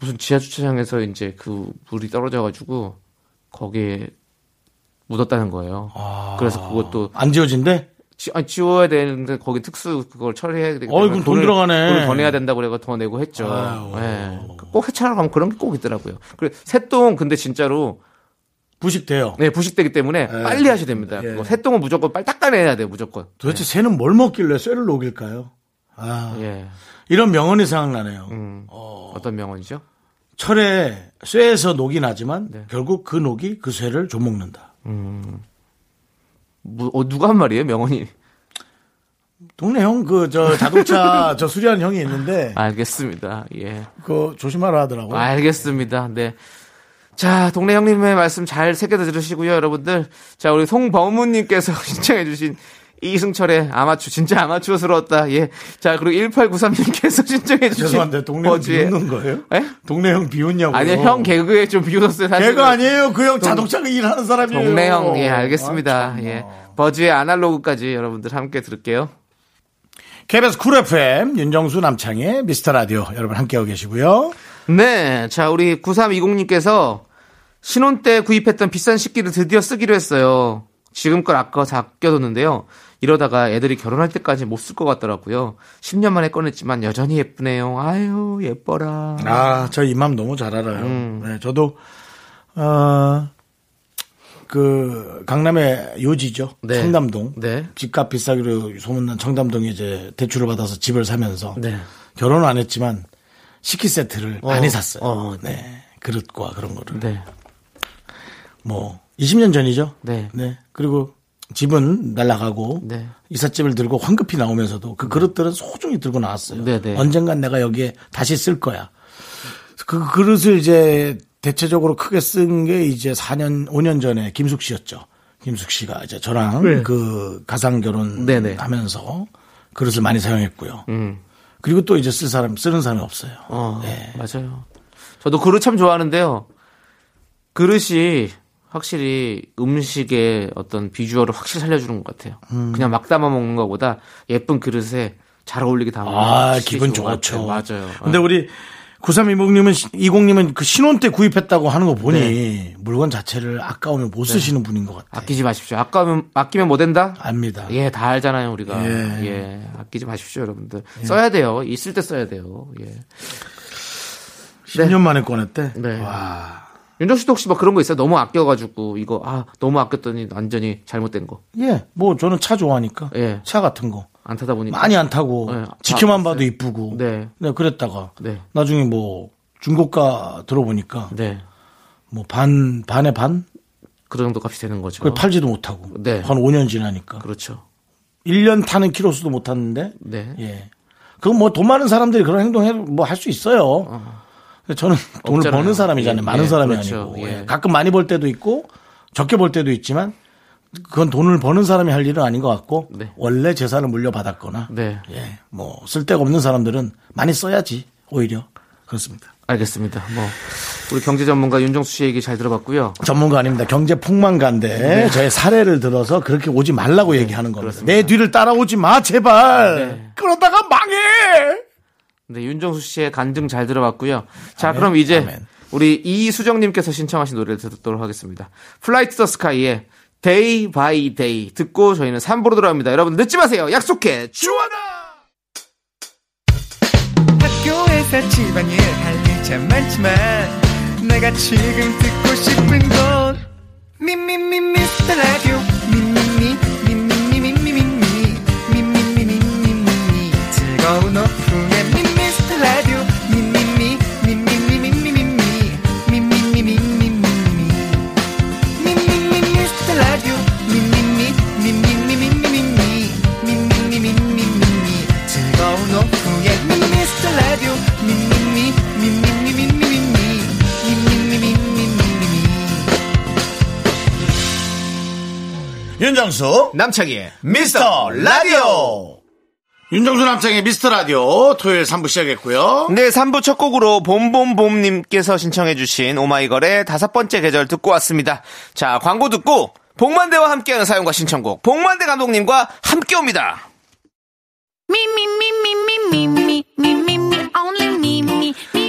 [SPEAKER 3] 무슨 지하 주차장에서 이제 그 물이 떨어져가지고 거기에 묻었다는 거예요. 아,
[SPEAKER 2] 아.
[SPEAKER 3] 그래서 그것도
[SPEAKER 2] 안 지워진대?
[SPEAKER 3] 지, 아니, 지워야 되는데 거기 특수 그걸 처리해야 되기
[SPEAKER 2] 어이, 그럼 돈
[SPEAKER 3] 돈을-
[SPEAKER 2] 들어가네.
[SPEAKER 3] 돈을 더 내야 된다고 그래가 더 내고 했죠. 예. 꼭 해차로 가면 그런 게 꼭 있더라고요. 그래 새똥 근데 진짜로
[SPEAKER 2] 부식돼요.
[SPEAKER 3] 네 부식되기 때문에 빨리 하셔야 됩니다.
[SPEAKER 2] 예.
[SPEAKER 3] 그거 새똥은 무조건 빨리 닦아내야 돼요 무조건.
[SPEAKER 2] 도대체 새는 뭘 먹길래 쇠를 녹일까요? 아,
[SPEAKER 3] 예.
[SPEAKER 2] 이런 명언이 생각나네요.
[SPEAKER 3] 음. 어떤 명언이죠?
[SPEAKER 2] 철에 쇠에서 녹이 나지만
[SPEAKER 3] 네.
[SPEAKER 2] 결국 그 녹이 그 쇠를 조먹는다.
[SPEAKER 3] 무, 어, 누가 한 말이에요 명언이?
[SPEAKER 2] 예. 동네 형 그 저
[SPEAKER 3] [LAUGHS]
[SPEAKER 2] 자동차 저 수리하는 형이 있는데
[SPEAKER 3] 아. 알겠습니다. 예.
[SPEAKER 2] 그 조심하라 하더라고요.
[SPEAKER 3] 어? 아, 알겠습니다. 네. 자, 동네 형님의 말씀 잘 새겨다 들으시고요, 여러분들. 자, 우리 송범우님께서 [LAUGHS] 신청해주신 이승철의 아마추, 진짜 아마추어스러웠다. 예. 자, 그리고 1893님께서 [LAUGHS] 신청해주신.
[SPEAKER 2] 죄송한데 동네 형
[SPEAKER 3] 어지의-
[SPEAKER 2] 비웃는 거예요?
[SPEAKER 3] 예?
[SPEAKER 2] 동네 형 비웃냐고요?
[SPEAKER 3] 아니요, 형 개그에 좀 비웃었어요, 사실.
[SPEAKER 2] 걔가 아니에요. 그 형 자동차 일하는 사람이에요.
[SPEAKER 3] 동네 형, 예,
[SPEAKER 2] 아,
[SPEAKER 3] 알겠습니다.
[SPEAKER 2] 참나.
[SPEAKER 3] 예. 버즈의 아날로그까지 여러분들 함께 들을게요.
[SPEAKER 2] KBS 쿨 FM 윤정수 남창의 미스터 라디오 여러분 함께하고 계시고요.
[SPEAKER 3] 네. 자, 우리 9320님께서 신혼 때 구입했던 비싼 식기를 드디어 쓰기로 했어요. 지금껏 아까워서 아껴뒀는데요. 이러다가 애들이 결혼할 때까지 못 쓸 것 같더라고요. 10년 만에 꺼냈지만 여전히 예쁘네요. 아유, 예뻐라.
[SPEAKER 2] 아, 저 이 맘 너무 잘 알아요.
[SPEAKER 3] 음.
[SPEAKER 2] 네, 저도 어, 그 강남의 요지죠.
[SPEAKER 3] 네.
[SPEAKER 2] 청담동.
[SPEAKER 3] 네.
[SPEAKER 2] 집값 비싸기로 소문난 청담동에 이제 대출을 받아서 집을 사면서
[SPEAKER 3] 네.
[SPEAKER 2] 결혼은 안 했지만 식기 세트를 많이 샀어요.
[SPEAKER 3] 어,
[SPEAKER 2] 네. 그릇과 그런 거를
[SPEAKER 3] 네.
[SPEAKER 2] 뭐 20년 전이죠.
[SPEAKER 3] 네.
[SPEAKER 2] 그리고 집은 날라가고
[SPEAKER 3] 네.
[SPEAKER 2] 이삿짐을 들고 황급히 나오면서도 그 그릇들은 소중히 들고 나왔어요.
[SPEAKER 3] 네, 네.
[SPEAKER 2] 언젠간 내가 여기에 다시 쓸 거야. 그 그릇을 이제 대체적으로 크게 쓴 게 이제 4년 5년 전에 김숙 씨였죠. 김숙 씨가 이제 저랑 그 가상 결혼
[SPEAKER 3] 네, 네.
[SPEAKER 2] 하면서 그릇을 많이 사용했고요.
[SPEAKER 3] 음.
[SPEAKER 2] 그리고 또 이제 쓸 사람 쓰는 사람이 없어요.
[SPEAKER 3] 어,
[SPEAKER 2] 네.
[SPEAKER 3] 맞아요. 저도 그릇 참 좋아하는데요. 그릇이 확실히 음식의 어떤 비주얼을 확실히 살려주는 것 같아요.
[SPEAKER 2] 음.
[SPEAKER 3] 그냥 막 담아 먹는 것보다 예쁜 그릇에 잘 어울리게 담아. 먹는 게
[SPEAKER 2] 아,
[SPEAKER 3] 확실히
[SPEAKER 2] 기분
[SPEAKER 3] 좋은 것
[SPEAKER 2] 좋죠.
[SPEAKER 3] 같아요. 어. 맞아요.
[SPEAKER 2] 근데 우리 9320님은 20님은 그 신혼 때 구입했다고 하는 거 보니 물건 자체를 아까우면 못 쓰시는 분인 것 같아요.
[SPEAKER 3] 네. 아끼지 마십시오. 아까우면 아끼면 뭐 된다?
[SPEAKER 2] 압니다.
[SPEAKER 3] 예, 다 알잖아요, 우리가.
[SPEAKER 2] 예.
[SPEAKER 3] 예. 아끼지 마십시오, 여러분들. 써야 돼요. 있을 때 써야 돼요. 예.
[SPEAKER 2] 10년 만에 꺼냈대.
[SPEAKER 3] 네.
[SPEAKER 2] 와.
[SPEAKER 3] 윤정 씨도 혹시 뭐 그런 거 있어요? 너무 아껴가지고, 이거, 아, 너무 아꼈더니 완전히 잘못된 거.
[SPEAKER 2] 예. 뭐 저는 차 좋아하니까.
[SPEAKER 3] 예.
[SPEAKER 2] 차 같은 거.
[SPEAKER 3] 안 타다 보니까.
[SPEAKER 2] 많이 안 타고
[SPEAKER 3] 네.
[SPEAKER 2] 지켜만
[SPEAKER 3] 아,
[SPEAKER 2] 봐도 이쁘고.
[SPEAKER 3] 네.
[SPEAKER 2] 그랬다가
[SPEAKER 3] 네.
[SPEAKER 2] 나중에 뭐 중고가 들어보니까
[SPEAKER 3] 네.
[SPEAKER 2] 뭐 반 반의 반
[SPEAKER 3] 그 정도 값이 되는 거죠.
[SPEAKER 2] 그걸 팔지도 못하고
[SPEAKER 3] 네.
[SPEAKER 2] 한 5년 지나니까
[SPEAKER 3] 그렇죠.
[SPEAKER 2] 1년 타는 키로수도 못 탔는데
[SPEAKER 3] 네.
[SPEAKER 2] 예. 그건 뭐 돈 많은 사람들이 그런 행동해 뭐 할 수 있어요. 근데 저는 돈을
[SPEAKER 3] 없잖아요.
[SPEAKER 2] 버는 사람이잖아요.
[SPEAKER 3] 예,
[SPEAKER 2] 많은
[SPEAKER 3] 예,
[SPEAKER 2] 사람이
[SPEAKER 3] 그렇죠.
[SPEAKER 2] 아니고 예.
[SPEAKER 3] 예.
[SPEAKER 2] 가끔 많이 벌 때도 있고 적게 벌 때도 있지만 그건 돈을 버는 사람이 할 일은 아닌 것 같고
[SPEAKER 3] 네.
[SPEAKER 2] 원래 재산을 물려받았거나
[SPEAKER 3] 네.
[SPEAKER 2] 예, 뭐 쓸데가 없는 사람들은 많이 써야지 오히려 그렇습니다.
[SPEAKER 3] 알겠습니다. 뭐 우리 경제 전문가 윤정수 씨 얘기 잘 들어봤고요.
[SPEAKER 2] 전문가 아닙니다. 경제 폭망가인데
[SPEAKER 3] 네.
[SPEAKER 2] 저의 사례를 들어서 그렇게 오지 말라고 얘기하는 겁니다. 내 뒤를 따라오지 마 제발. 그러다가 망해.
[SPEAKER 3] 네, 윤정수 씨의 간증 잘 들어봤고요. 자, 그럼 이제
[SPEAKER 2] 아멘.
[SPEAKER 3] 우리 이수정 님께서 신청하신 노래를 듣도록 하겠습니다. 플라이트 더 스카이의 데이 바이 데이 듣고 저희는 3부로 돌아옵니다. 여러분 늦지 마세요. 약속해. 주원아!
[SPEAKER 5] 학교에서 집안일 할 일 참 많지만 내가 지금 듣고 싶은 건 미미미 미스터 라디오 미미미 미미미 미미미 미미미 미미미 즐거운 오후
[SPEAKER 6] 윤정수
[SPEAKER 3] 남창희의
[SPEAKER 6] 미스터 라디오
[SPEAKER 2] 윤정수 남창의 미스터 라디오 토요일 3부 시작했고요.
[SPEAKER 3] 네, 3부 첫 곡으로 봄봄봄님께서 신청해주신 오마이걸의 다섯 번째 계절 듣고 왔습니다. 자, 광고 듣고 복만대와 함께하는 사연과 신청곡, 복만대 감독님과 함께 옵니다.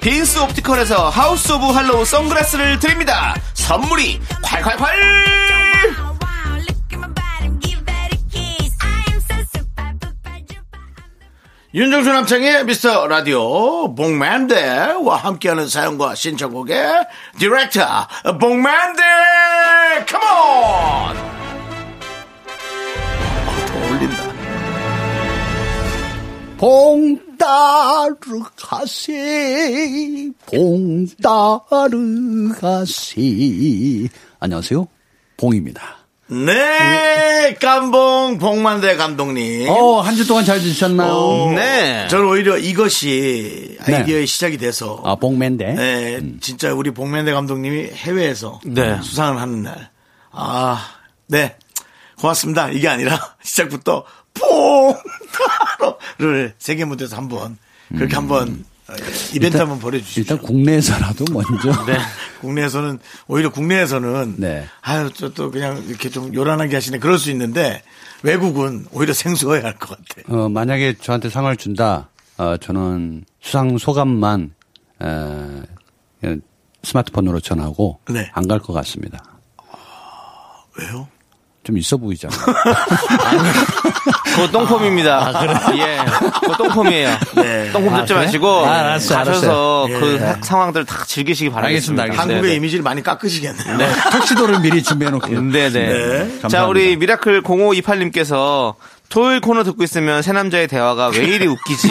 [SPEAKER 3] 빈스 옵티컬에서 하우스 오브 할로우 선글라스를 드립니다. 선물이 콸콸콸!
[SPEAKER 2] 윤정수 남창의 미스터 라디오 복만대와 함께하는 사연과 신청곡의 디렉터 복만대 컴온 더 올린다
[SPEAKER 7] 봉따르 가세, 봉따르 가세. 안녕하세요. 봉입니다.
[SPEAKER 2] 네 깜봉 복만대 감독님
[SPEAKER 7] 어, 한 주 동안 잘 지내셨나요?
[SPEAKER 2] 어,
[SPEAKER 3] 네.
[SPEAKER 2] 저는 오히려 이것이 아이디어의 시작이 돼서
[SPEAKER 7] 아, 봉맨데.
[SPEAKER 2] 네, 진짜 우리 복면대 감독님이 해외에서
[SPEAKER 3] 네.
[SPEAKER 2] 수상을 하는 날. 아, 네. 고맙습니다. 이게 아니라 [LAUGHS] 시작부터 뽕따로를 세계 무대에서 한번 그렇게 한번 어, 이벤트 한번 벌여 주시죠.
[SPEAKER 7] 일단 국내에서라도
[SPEAKER 3] [LAUGHS]
[SPEAKER 7] 먼저.
[SPEAKER 3] 네.
[SPEAKER 2] [LAUGHS] 국내에서는 오히려 국내에서는
[SPEAKER 7] 네.
[SPEAKER 2] 아유 저 또 그냥 이렇게 좀 요란하게 하시네 그럴 수 있는데 외국은 오히려 생소해야 할 것 같아.
[SPEAKER 7] 어, 만약에 저한테 상을 준다, 어, 저는 수상 소감만, 어, 그냥 스마트폰으로 전하고.
[SPEAKER 2] 네.
[SPEAKER 7] 안 갈 것 같습니다.
[SPEAKER 2] 왜요?
[SPEAKER 7] 좀
[SPEAKER 3] [LAUGHS]
[SPEAKER 7] 있어 보이잖아요.
[SPEAKER 3] 그거 똥폼입니다.
[SPEAKER 7] [LAUGHS]
[SPEAKER 3] 예. 그거 똥폼이에요.
[SPEAKER 2] 네.
[SPEAKER 3] 똥폼
[SPEAKER 7] 아,
[SPEAKER 3] 뜯지
[SPEAKER 7] 그래?
[SPEAKER 3] 마시고
[SPEAKER 7] 아,
[SPEAKER 3] 가셔서
[SPEAKER 7] 알았어요,
[SPEAKER 2] 알았어요.
[SPEAKER 3] 그
[SPEAKER 2] 예.
[SPEAKER 3] 학- 상황들을 다 즐기시기 바라겠습니다.
[SPEAKER 7] 알겠습니다, 알겠습니다.
[SPEAKER 2] 한국의
[SPEAKER 3] 네, 네.
[SPEAKER 2] 이미지를 많이 깎으시겠네요.
[SPEAKER 7] 턱시도를 미리 준비해놓고.
[SPEAKER 3] 네, 네. 자,
[SPEAKER 7] 감사합니다.
[SPEAKER 3] 우리 미라클 0528님께서 토요일 코너 듣고 있으면 새 남자의 대화가 왜 이리
[SPEAKER 7] [LAUGHS]
[SPEAKER 3] 웃기지?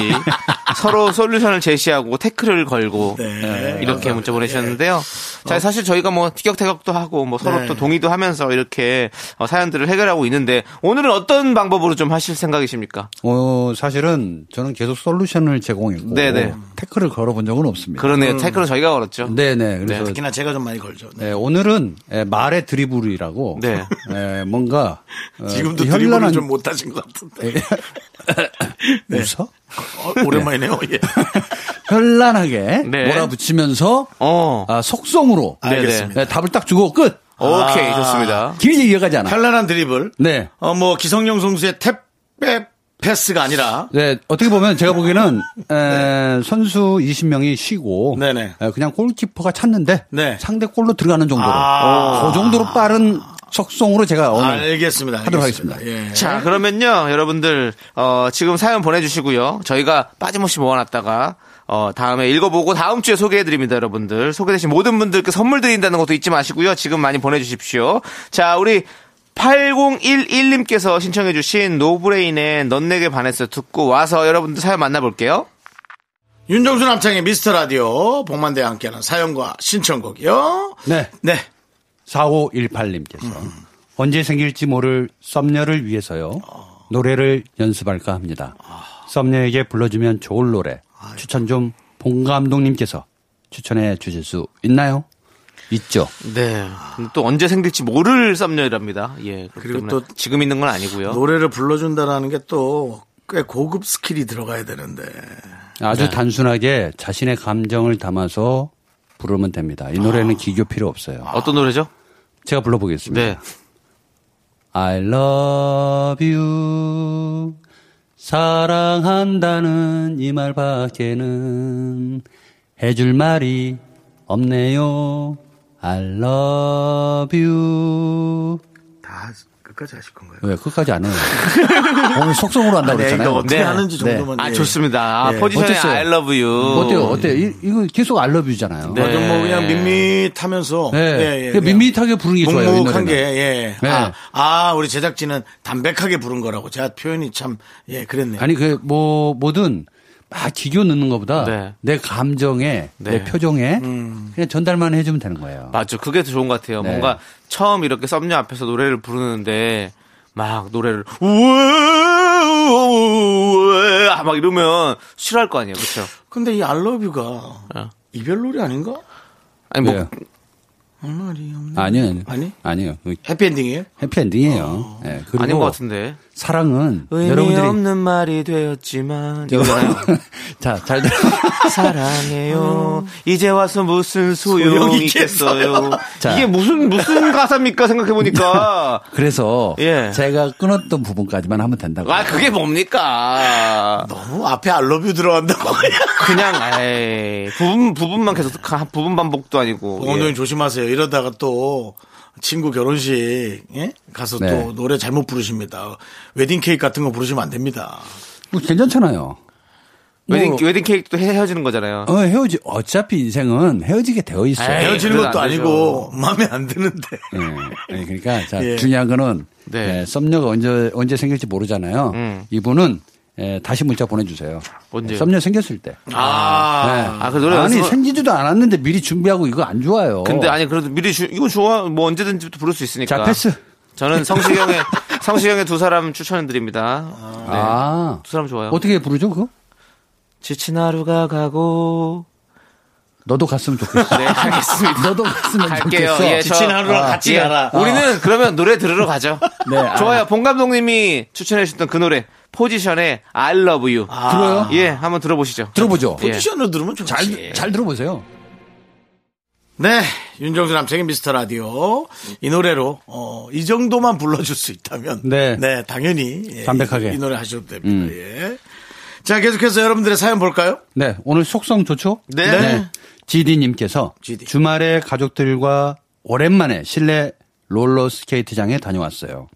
[SPEAKER 3] 서로 솔루션을 제시하고 태클을 걸고
[SPEAKER 2] 네.
[SPEAKER 3] 이렇게 문자 보내주셨는데요.
[SPEAKER 7] 네. 어.
[SPEAKER 3] 자, 사실 저희가 뭐 티격태격도 하고 뭐 서로
[SPEAKER 2] 네.
[SPEAKER 3] 또 동의도 하면서 이렇게 어, 사연들을 해결하고 있는데 오늘은 어떤 방법으로 좀 하실 생각이십니까?
[SPEAKER 7] 어, 사실은 저는 계속 솔루션을 제공했고
[SPEAKER 3] 네네.
[SPEAKER 7] 태클을 걸어본 적은 없습니다.
[SPEAKER 3] 그러네요. 태클은 저희가 걸었죠.
[SPEAKER 7] 네네. 그래서
[SPEAKER 2] 특히나 제가 좀 많이 걸죠. 네.
[SPEAKER 7] 네, 오늘은 예, 말의 드리블이라고
[SPEAKER 3] 네.
[SPEAKER 7] 예, 뭔가
[SPEAKER 3] [LAUGHS]
[SPEAKER 7] 어,
[SPEAKER 2] 지금도
[SPEAKER 7] 이
[SPEAKER 2] 드리블을 좀 못하신 것 같은데.
[SPEAKER 3] 네.
[SPEAKER 7] 웃어?
[SPEAKER 2] 어, 오랜만이네요. 예.
[SPEAKER 7] 현란하게
[SPEAKER 3] 네.
[SPEAKER 7] 몰아붙이면서
[SPEAKER 3] 어.
[SPEAKER 7] 아, 속성으로
[SPEAKER 3] 네네.
[SPEAKER 7] 예, 답을 딱 주고 끝.
[SPEAKER 3] 오케이 좋습니다.
[SPEAKER 7] 길게 이어가지 않아.
[SPEAKER 2] 현란한 드리블.
[SPEAKER 7] 네.
[SPEAKER 2] 어, 뭐 기성용 선수의 탭백 패스가 아니라
[SPEAKER 7] 네, 어떻게 보면 제가 보기에는 에, 선수 20명이 쉬고
[SPEAKER 2] 네. 네네.
[SPEAKER 7] 에, 그냥 골키퍼가 찼는데
[SPEAKER 2] 네.
[SPEAKER 7] 상대 골로 들어가는 정도로
[SPEAKER 2] 아.
[SPEAKER 7] 그 정도로 빠른 속성으로 제가 오늘
[SPEAKER 2] 알겠습니다.
[SPEAKER 7] 하도록
[SPEAKER 2] 알겠습니다.
[SPEAKER 7] 하겠습니다.
[SPEAKER 2] 예.
[SPEAKER 3] 네. 자 그러면요 여러분들 어, 지금 사연 보내주시고요 저희가 빠짐없이 모아놨다가 어, 다음에 읽어보고 다음 주에 소개해드립니다 여러분들 소개되신 모든 분들께 선물 드린다는 것도 잊지 마시고요 지금 많이 보내주십시오 자 우리 8011님께서 신청해주신 노브레인의 넌 내게 반했어 듣고 와서 여러분들 사연 만나볼게요
[SPEAKER 2] 윤정수 남창의 미스터 라디오 복만대와 함께하는 사연과 신청곡이요.
[SPEAKER 7] 네.
[SPEAKER 2] 네.
[SPEAKER 7] 4518님께서 언제 생길지 모를 썸녀를 위해서요. 노래를 연습할까 합니다. 썸녀에게 불러주면 좋을 노래 추천 좀 봉 감독님께서 추천해 주실 수 있나요? 있죠.
[SPEAKER 3] 네. 근데 또 언제 생길지 모를 썸녀이랍니다. 예.
[SPEAKER 2] 그리고
[SPEAKER 3] 그리고 또
[SPEAKER 2] 또
[SPEAKER 3] 지금 있는 건 아니고요.
[SPEAKER 2] 노래를 불러준다라는 게 또 꽤 고급 스킬이 들어가야 되는데.
[SPEAKER 7] 아주
[SPEAKER 2] 네.
[SPEAKER 7] 단순하게 자신의 감정을 담아서 부르면 됩니다. 이 노래는
[SPEAKER 2] 아.
[SPEAKER 7] 기교 필요 없어요.
[SPEAKER 3] 어떤 노래죠?
[SPEAKER 7] 제가 불러보겠습니다.
[SPEAKER 3] 네.
[SPEAKER 7] I love you. 사랑한다는 이 말밖에는 해줄 말이 없네요. I love you.
[SPEAKER 2] 끝까지 하실 건가요?
[SPEAKER 7] 왜 끝까지 안 해요? [LAUGHS] 오늘 속성으로 한다고
[SPEAKER 2] 네, 이거
[SPEAKER 7] 그랬잖아요.
[SPEAKER 2] 어떻게
[SPEAKER 6] 네.
[SPEAKER 2] 하는지
[SPEAKER 7] 네.
[SPEAKER 2] 정도만.
[SPEAKER 3] 아
[SPEAKER 2] 예.
[SPEAKER 3] 좋습니다. 아,
[SPEAKER 2] 예.
[SPEAKER 3] 포지션이
[SPEAKER 7] 어땠어요?
[SPEAKER 3] I love you.
[SPEAKER 7] 어때요? 어때요? 이, 이거 계속 알러뷰잖아요.
[SPEAKER 3] 네.
[SPEAKER 2] 완전 뭐 그냥 밋밋하면서.
[SPEAKER 7] 네.
[SPEAKER 2] 예, 예,
[SPEAKER 7] 그
[SPEAKER 2] 그냥
[SPEAKER 7] 밋밋하게 부르는 게 좋아요.
[SPEAKER 2] 묵묵한
[SPEAKER 7] 이
[SPEAKER 2] 게,
[SPEAKER 7] 노래는.
[SPEAKER 2] 예.
[SPEAKER 7] 네.
[SPEAKER 2] 아, 아, 우리 제작진은 담백하게 부른 거라고. 제가 표현이 참, 예, 그랬네요.
[SPEAKER 7] 아니 그 뭐 뭐든 막 기교 넣는 것보다
[SPEAKER 3] 네.
[SPEAKER 7] 내 감정에
[SPEAKER 3] 네.
[SPEAKER 7] 내 표정에
[SPEAKER 2] 음.
[SPEAKER 7] 그냥 전달만 해주면 되는 거예요.
[SPEAKER 3] 맞죠. 그게 더 좋은 것 같아요.
[SPEAKER 7] 네.
[SPEAKER 3] 뭔가 처음 이렇게 썸녀 앞에서 노래를 부르는데 막 노래를 우와 아, 막 이러면 싫어할 거 아니에요. 그렇죠?
[SPEAKER 2] 근데 이 알러뷰가
[SPEAKER 3] 어.
[SPEAKER 2] 이별 노래 아닌가?
[SPEAKER 3] 아니 뭐
[SPEAKER 7] 왜요?
[SPEAKER 2] 말이 없네.
[SPEAKER 7] 네. 아니요.
[SPEAKER 2] 아니? 어.
[SPEAKER 7] 아니에요. 그
[SPEAKER 2] 해피엔딩이에요?
[SPEAKER 7] 해피엔딩이에요. 예, 그리고
[SPEAKER 3] 아닌 것 같은데.
[SPEAKER 7] 사랑은
[SPEAKER 3] 의미
[SPEAKER 7] 여러분들이
[SPEAKER 3] 없는 말이 되었지만 이거잖아요.
[SPEAKER 7] [LAUGHS] 자, 잘 들어.
[SPEAKER 3] 사랑해요. 이제 와서 무슨 소용이 있겠어요.
[SPEAKER 7] 자.
[SPEAKER 3] 이게 무슨 무슨 가사입니까 생각해 보니까.
[SPEAKER 7] 그래서
[SPEAKER 3] 예.
[SPEAKER 7] 제가 끊었던 부분까지만 하면 된다고.
[SPEAKER 3] 아 그게 뭡니까?
[SPEAKER 2] 너무 앞에 알러뷰
[SPEAKER 3] 아,
[SPEAKER 2] 들어간다고 그냥. [LAUGHS]
[SPEAKER 3] 그냥 에이, 부분 부분만 계속 가- 부분 반복도 아니고. 예.
[SPEAKER 2] 엉덩이 조심하세요. 이러다가 또 친구 결혼식 예? 가서
[SPEAKER 7] 네.
[SPEAKER 2] 또 노래 잘못 부르십니다. 웨딩 케이크 같은 거 부르시면 안 됩니다.
[SPEAKER 7] 뭐 괜찮잖아요.
[SPEAKER 3] 웨딩
[SPEAKER 7] 뭐,
[SPEAKER 3] 웨딩 케이크도 헤- 헤어지는 거잖아요.
[SPEAKER 7] 어, 헤어지 어차피 인생은 헤어지게 되어 있어요.
[SPEAKER 3] 에이,
[SPEAKER 2] 헤어지는
[SPEAKER 3] 그건
[SPEAKER 2] 것도
[SPEAKER 3] 안 되죠.
[SPEAKER 2] 아니고 마음에 안 드는데.
[SPEAKER 7] 예. 아니, 그러니까 자,
[SPEAKER 2] 예.
[SPEAKER 7] 중요한 거는
[SPEAKER 3] 네.
[SPEAKER 7] 예, 썸녀가 언제 언제 생길지 모르잖아요.
[SPEAKER 3] 음.
[SPEAKER 7] 이분은 예, 다시 문자 보내주세요.
[SPEAKER 3] 언제요?
[SPEAKER 7] 예, 썸녀 생겼을 때.
[SPEAKER 3] 아,
[SPEAKER 7] 예.
[SPEAKER 3] 아, 그 노래
[SPEAKER 7] 아니
[SPEAKER 3] 연습을-
[SPEAKER 7] 생기지도 않았는데 미리 준비하고 이거 안 좋아요.
[SPEAKER 3] 근데 아니 그래도 미리 주, 이거 좋아 뭐 언제든지 부를 수 있으니까.
[SPEAKER 7] 자 패스. [LAUGHS]
[SPEAKER 3] 저는 성시경의 성시경의 두 사람 추천드립니다. 네.
[SPEAKER 7] 아
[SPEAKER 3] 두 사람 좋아요.
[SPEAKER 7] 어떻게 부르죠 그거?
[SPEAKER 3] 지친 하루가 가고.
[SPEAKER 7] 너도 갔으면 좋겠어.
[SPEAKER 3] 네, 알겠습니다.
[SPEAKER 7] [LAUGHS] 너도 갔으면
[SPEAKER 3] 갈게요.
[SPEAKER 7] 아, 좋겠어. 어.
[SPEAKER 3] 예, 저-
[SPEAKER 2] 지친 하루랑 같이
[SPEAKER 3] 예,
[SPEAKER 2] 가라.
[SPEAKER 3] 우리는 그러면 노래 들으러 가죠.
[SPEAKER 7] [LAUGHS] 네, 아.
[SPEAKER 3] 좋아요. 봉 감독님이 추천해 주셨던 그 노래 포지션의 I Love You.
[SPEAKER 7] 아. 들어요?
[SPEAKER 3] 예, 한번 들어보시죠.
[SPEAKER 7] 들어보죠.
[SPEAKER 3] 예.
[SPEAKER 2] 포지션으로 들으면 좋지.
[SPEAKER 7] 잘, 잘 들어보세요.
[SPEAKER 2] 네, 윤정수 남창의 미스터 라디오 이 노래로 어, 이 정도만 불러줄 수 있다면
[SPEAKER 7] 네.
[SPEAKER 2] 당연히 예,
[SPEAKER 7] 담백하게.
[SPEAKER 2] 이, 이 노래 하셔도 됩니다.
[SPEAKER 3] 음.
[SPEAKER 2] 예. 자, 계속해서 여러분들의 사연 볼까요?
[SPEAKER 7] 네, 오늘 속성 좋죠?
[SPEAKER 3] 네.
[SPEAKER 7] 지디님께서
[SPEAKER 2] GD.
[SPEAKER 7] 주말에 가족들과 오랜만에 실내 롤러스케이트장에 다녀왔어요.